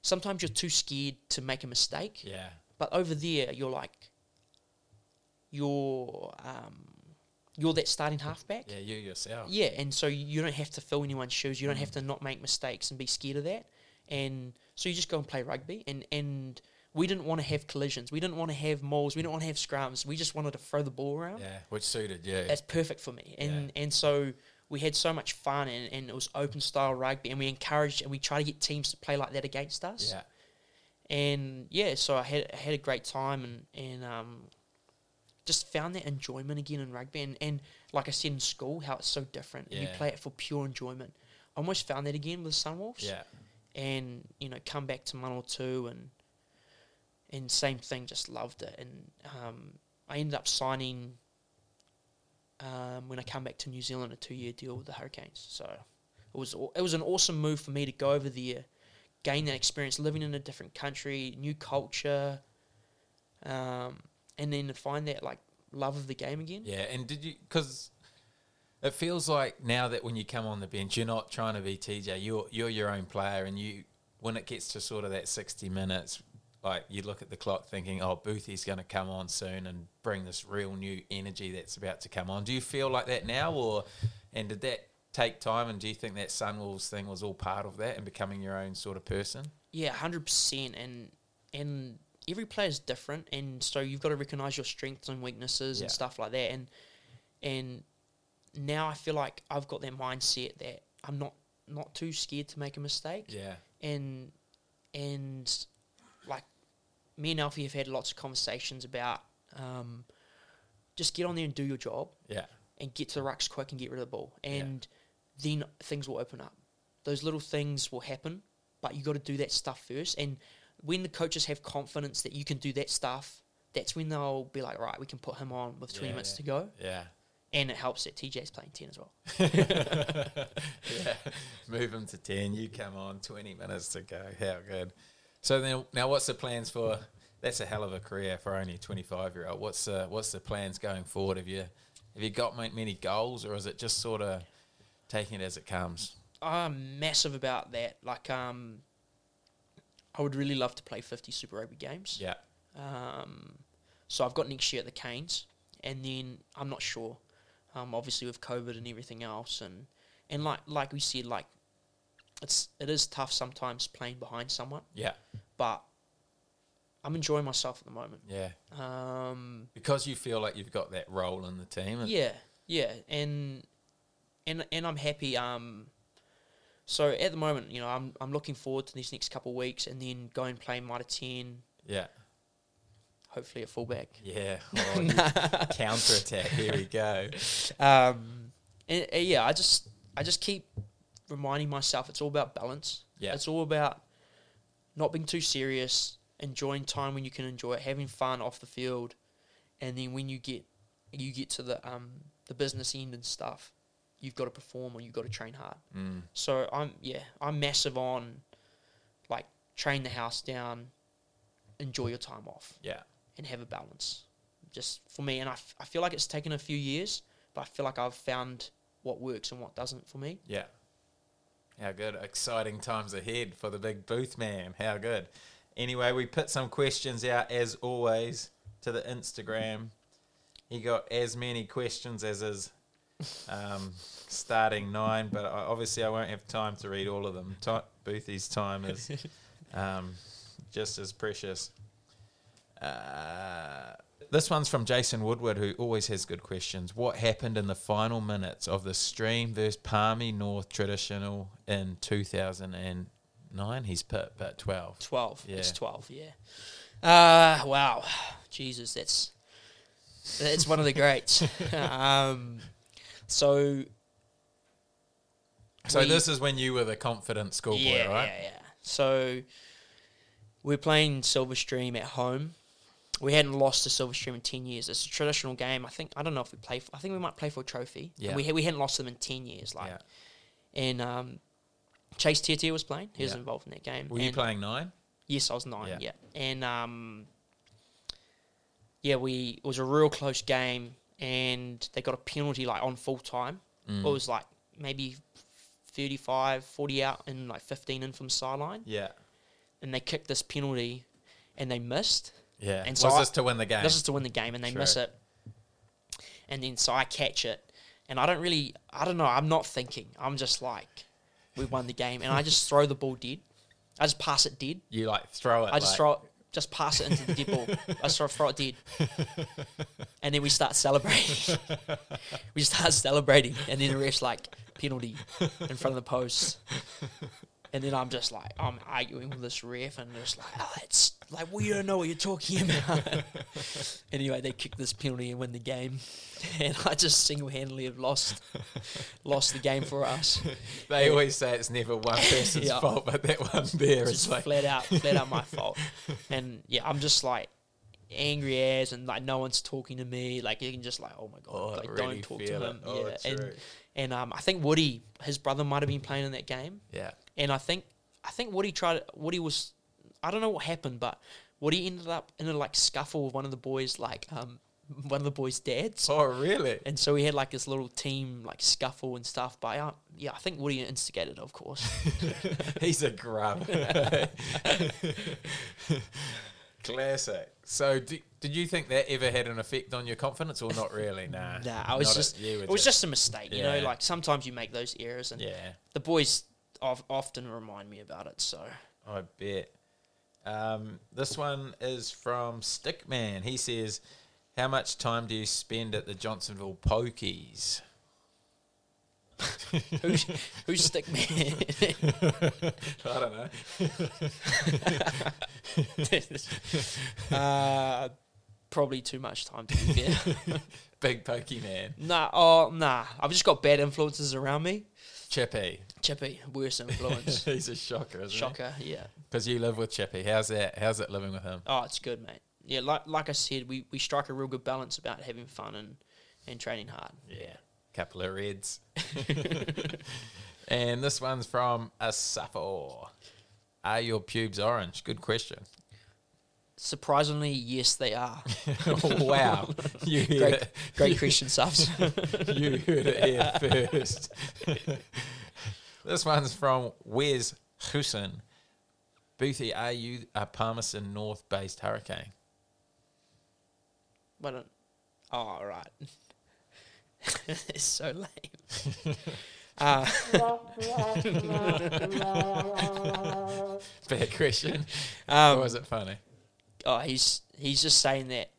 Speaker 2: sometimes you're too scared to make a mistake.
Speaker 1: yeah.
Speaker 2: But over there, you're like, you're um, you're that starting halfback.
Speaker 1: Yeah, you yourself.
Speaker 2: Yeah, and so you don't have to fill anyone's shoes.
Speaker 1: Mm-hmm.
Speaker 2: You don't have to not make mistakes and be scared of that. And so you just go and play rugby. And, and we didn't want to have collisions. We didn't want to have mauls. We didn't want to have scrums. We just wanted to throw the ball around.
Speaker 1: Yeah, which suited you.
Speaker 2: That's perfect for me. And and so we had so much fun, and, and it was open style rugby, and we encouraged and we tried to get teams to play like that against us
Speaker 1: yeah.
Speaker 2: and yeah, so I had I had a great time and and um, just found that enjoyment again in rugby and, and like I said in school, how it's so different. You
Speaker 1: Yeah.
Speaker 2: play it for pure enjoyment. I almost found that again with Sunwolves.
Speaker 1: Yeah.
Speaker 2: and you know come back to one or two and and same thing, just loved it. And um, I ended up signing um, when I come back to New Zealand a two year deal with the Hurricanes. So it was aw- it was an awesome move for me to go over there, gain that experience, living in a different country, new culture, um, and then to find that like love of the game again.
Speaker 1: Yeah, and did you? Because it feels like now that when you come on the bench, you're not trying to be TJ. You're you're your own player, and you when it gets to sort of that sixty minutes, like you look at the clock, thinking, "Oh, Boothie's going to come on soon and bring this real new energy that's about to come on." Do you feel like that now, or and did that take time? And do you think that Sunwolves thing was all part of that and becoming your own sort of person?
Speaker 2: Yeah, hundred percent, and and every player is different, and so you've got to recognize your strengths and weaknesses and
Speaker 1: Yeah.
Speaker 2: stuff like that. And and now I feel like I've got that mindset that I'm not not too scared to make a mistake,
Speaker 1: Yeah,
Speaker 2: and and like me and Alfie have had lots of conversations about um, just get on there and do your job
Speaker 1: yeah,
Speaker 2: and get to the rucks quick and get rid of the ball. And then things will open up. Those little things will happen, but you got to do that stuff first. And when the coaches have confidence that you can do that stuff, that's when they'll be like, right, we can put him on with 20
Speaker 1: Yeah,
Speaker 2: minutes
Speaker 1: yeah.
Speaker 2: to go.
Speaker 1: yeah.
Speaker 2: And it helps that TJ's playing 10 as well.
Speaker 1: yeah. Move him to 10. You come on, 20 minutes to go. How good. So then, now what's the plans for? That's a hell of a career for only a 25 year old. What's the, what's the plans going forward? Have you have you got ma- many goals, or is it just sort of taking it as it comes?
Speaker 2: I'm massive about that. Like, um, I would really love to play 50 Super Rugby games.
Speaker 1: Yeah,
Speaker 2: Um, so I've got next year at the Canes, and then I'm not sure. Um, obviously with COVID and everything else, and and like like we said, like it's it is tough sometimes playing behind someone,
Speaker 1: yeah,
Speaker 2: but I'm enjoying myself at the moment.
Speaker 1: yeah.
Speaker 2: Um,
Speaker 1: Because you feel like you've got that role in the team. and-
Speaker 2: yeah, yeah, and and and I'm happy. Um, so at the moment, you know, I'm I'm looking forward to these next couple of weeks, and then go and play Mitre Ten,
Speaker 1: yeah,
Speaker 2: hopefully at fullback.
Speaker 1: yeah. Oh, Counter attack. Here we go.
Speaker 2: um, and, uh, yeah, I just I just keep reminding myself it's all about balance.
Speaker 1: Yeah.
Speaker 2: it's all about not being too serious, enjoying time when you can enjoy it, having fun off the field, and then when you get you get to the um the business end and stuff, you've got to perform or you've got to train hard.
Speaker 1: Mm.
Speaker 2: So I'm yeah I'm massive on like train the house down, enjoy your time off
Speaker 1: Yeah,
Speaker 2: and have a balance just for me and I, f- I feel like it's taken a few years but i feel like i've found what works and what doesn't for me
Speaker 1: Yeah. How good. Exciting times ahead for the big booth man. How good. Anyway, we put some questions out as always to the Instagram. He got as many questions as his um, starting nine, but I, obviously I won't have time to read all of them. Ti Boothie's time is um, just as precious. Uh, this one's from Jason Woodward, who always has good questions. What happened in the final minutes of the stream versus Palmy North Traditional in 2009? He's put, but 12.
Speaker 2: 12 it's
Speaker 1: Yeah.
Speaker 2: 12 yeah uh wow jesus that's that's one of the greats um so
Speaker 1: So
Speaker 2: we-
Speaker 1: this is when you were the confident schoolboy,
Speaker 2: yeah,
Speaker 1: right?
Speaker 2: Yeah, yeah. So we're playing Silverstream at home. We hadn't lost to Silverstream in ten years. It's a traditional game. I think I don't know if we play. For, I think we might play for a trophy.
Speaker 1: Yeah.
Speaker 2: We ha- we hadn't lost them in ten years. Like, and um, Chase Tier was playing. He was
Speaker 1: Yeah.
Speaker 2: involved in that game.
Speaker 1: Were you
Speaker 2: and-
Speaker 1: playing nine?
Speaker 2: Yes, I was nine.
Speaker 1: Yeah.
Speaker 2: Yeah, and um, yeah, we it was a real close game, and they got a penalty like on full time.
Speaker 1: Mm.
Speaker 2: It was like maybe 35, 40 out, and like fifteen in from the sideline,
Speaker 1: Yeah.
Speaker 2: and they kicked this penalty, and they missed.
Speaker 1: Yeah.
Speaker 2: And
Speaker 1: And
Speaker 2: so
Speaker 1: so
Speaker 2: I-
Speaker 1: was this to win the game?
Speaker 2: This is to win the game, and they miss
Speaker 1: Sure.
Speaker 2: it. and then so I catch it, and I don't really, I don't know, I'm not thinking. I'm just like, we won the game, and I just throw the ball dead. I just pass it dead.
Speaker 1: You like throw it.
Speaker 2: I just
Speaker 1: like-
Speaker 2: throw it, just pass it into the dead ball. I just throw, throw it dead, and then we start celebrating. we start celebrating, and then the ref's like penalty in front of the post. And then I'm just like I'm arguing with this ref, and just like, oh, it's like we don't know what you're talking about. anyway, they kick this penalty and win the game, and I just single handedly have lost lost the game for us.
Speaker 1: They always say it's never one person's
Speaker 2: Yeah.
Speaker 1: fault, but that one there
Speaker 2: It's
Speaker 1: is like
Speaker 2: flat out, flat out my fault. And yeah, I'm just like angry as, and like no one's talking to me. Like you can just like, oh my god,
Speaker 1: Oh, I
Speaker 2: like
Speaker 1: really
Speaker 2: don't talk to
Speaker 1: feel it.
Speaker 2: him.
Speaker 1: Oh,
Speaker 2: yeah, and
Speaker 1: true.
Speaker 2: and um, I think Woody, his brother, might have been playing in that game,
Speaker 1: yeah.
Speaker 2: and I think I think Woody tried. Woody was, I don't know what happened, but Woody ended up in a like scuffle with one of the boys, like um, one of the boys' dads.
Speaker 1: Oh really?
Speaker 2: And so we had like this little team like scuffle and stuff, but uh, yeah, I think Woody instigated, it, of course.
Speaker 1: He's a grub. Classic. So, do, did you think that ever had an effect on your confidence, or not really? Nah.
Speaker 2: Nah, I was
Speaker 1: Not a-
Speaker 2: just
Speaker 1: you were
Speaker 2: it was just, a mistake, you know.
Speaker 1: Yeah.
Speaker 2: Like sometimes you make those errors, and
Speaker 1: Yeah,
Speaker 2: the boys of, often remind me about it. So
Speaker 1: I bet. Um, this one is from Stickman. He says, "How much time do you spend at the Johnsonville Pokies?"
Speaker 2: who's who's stick man?
Speaker 1: I don't know.
Speaker 2: uh, probably too much time to be fair.
Speaker 1: Big Pokey man,
Speaker 2: nah, oh nah. I've just got bad influences around me.
Speaker 1: Chippy.
Speaker 2: Chippy, worse influence.
Speaker 1: He's a shocker, isn't he?
Speaker 2: Shocker, yeah.
Speaker 1: Because you live with Chippy. How's that? How's it living with him?
Speaker 2: Oh, it's good, mate. Yeah, like like I said, we, we strike a real good balance about having fun and, and training hard.
Speaker 1: Yeah, couple of reds. and this one's from Asafor. Are your pubes orange? Good question.
Speaker 2: Surprisingly, yes, they are.
Speaker 1: wow, you heard,
Speaker 2: Great, great Christian subs.
Speaker 1: it, you heard it here first. this one's from Wes Husin. Boothie, are you a Palmerston North based hurricane?
Speaker 2: Why don't? Oh, all right. it's so lame. uh,
Speaker 1: Fair question. or
Speaker 2: um,
Speaker 1: was it funny?
Speaker 2: oh, he's he's just saying that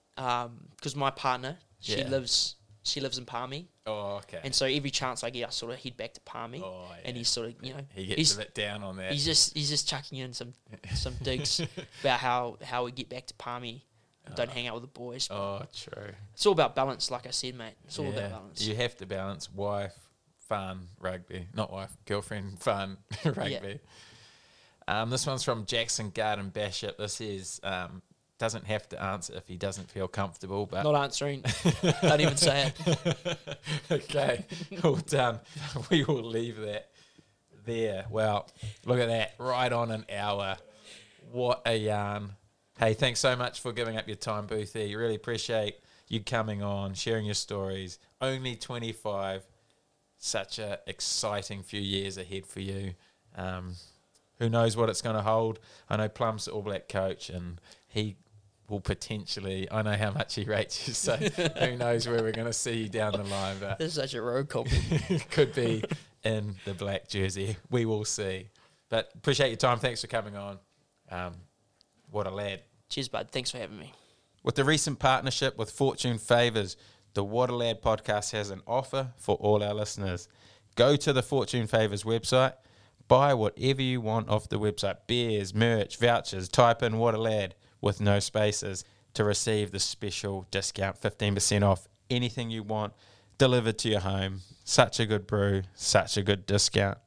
Speaker 2: because my partner she
Speaker 1: Yeah.
Speaker 2: lives she lives in Palmy,
Speaker 1: Oh, okay.
Speaker 2: and so every chance I get, I sort of head back to Palmy,
Speaker 1: oh, yeah.
Speaker 2: and he's sort of you know
Speaker 1: he gets
Speaker 2: he's
Speaker 1: a bit down on that.
Speaker 2: he's just he's just chucking in some some digs about how how we get back to Palmy. and Don't hang out with the boys.
Speaker 1: oh, true.
Speaker 2: It's all about balance, like I said, mate. It's all about balance.
Speaker 1: You have to balance wife, fun, rugby. Not wife, girlfriend, fun, rugby. Um, this one's from Jackson Garden Bishop. This is um, doesn't have to answer if he doesn't feel comfortable, but
Speaker 2: Not answering. don't even say it.
Speaker 1: okay, all done. We will leave that there. Well, look at that, right on an hour. What a yarn. Hey, thanks so much for giving up your time, Boothie. Really appreciate you coming on, sharing your stories. Only 25, such a exciting few years ahead for you. Um, who knows what it's going to hold? I know Plum's the All Black coach, and he will potentially. I know how much he rates you, so who knows where we're going to see you down the line. But
Speaker 2: This is such a road compliment.
Speaker 1: could be in the black jersey. We will see. But appreciate your time. Thanks for coming on. Um, what a lad.
Speaker 2: Cheers, bud. Thanks for having me.
Speaker 3: With the recent partnership with Fortune Favours, the Waterlad podcast has an offer for all our listeners. Go to the Fortune Favours website, buy whatever you want off the website beers, merch, vouchers, type in Waterlad with no spaces to receive the special discount 15% off anything you want delivered to your home. Such a good brew, such a good discount.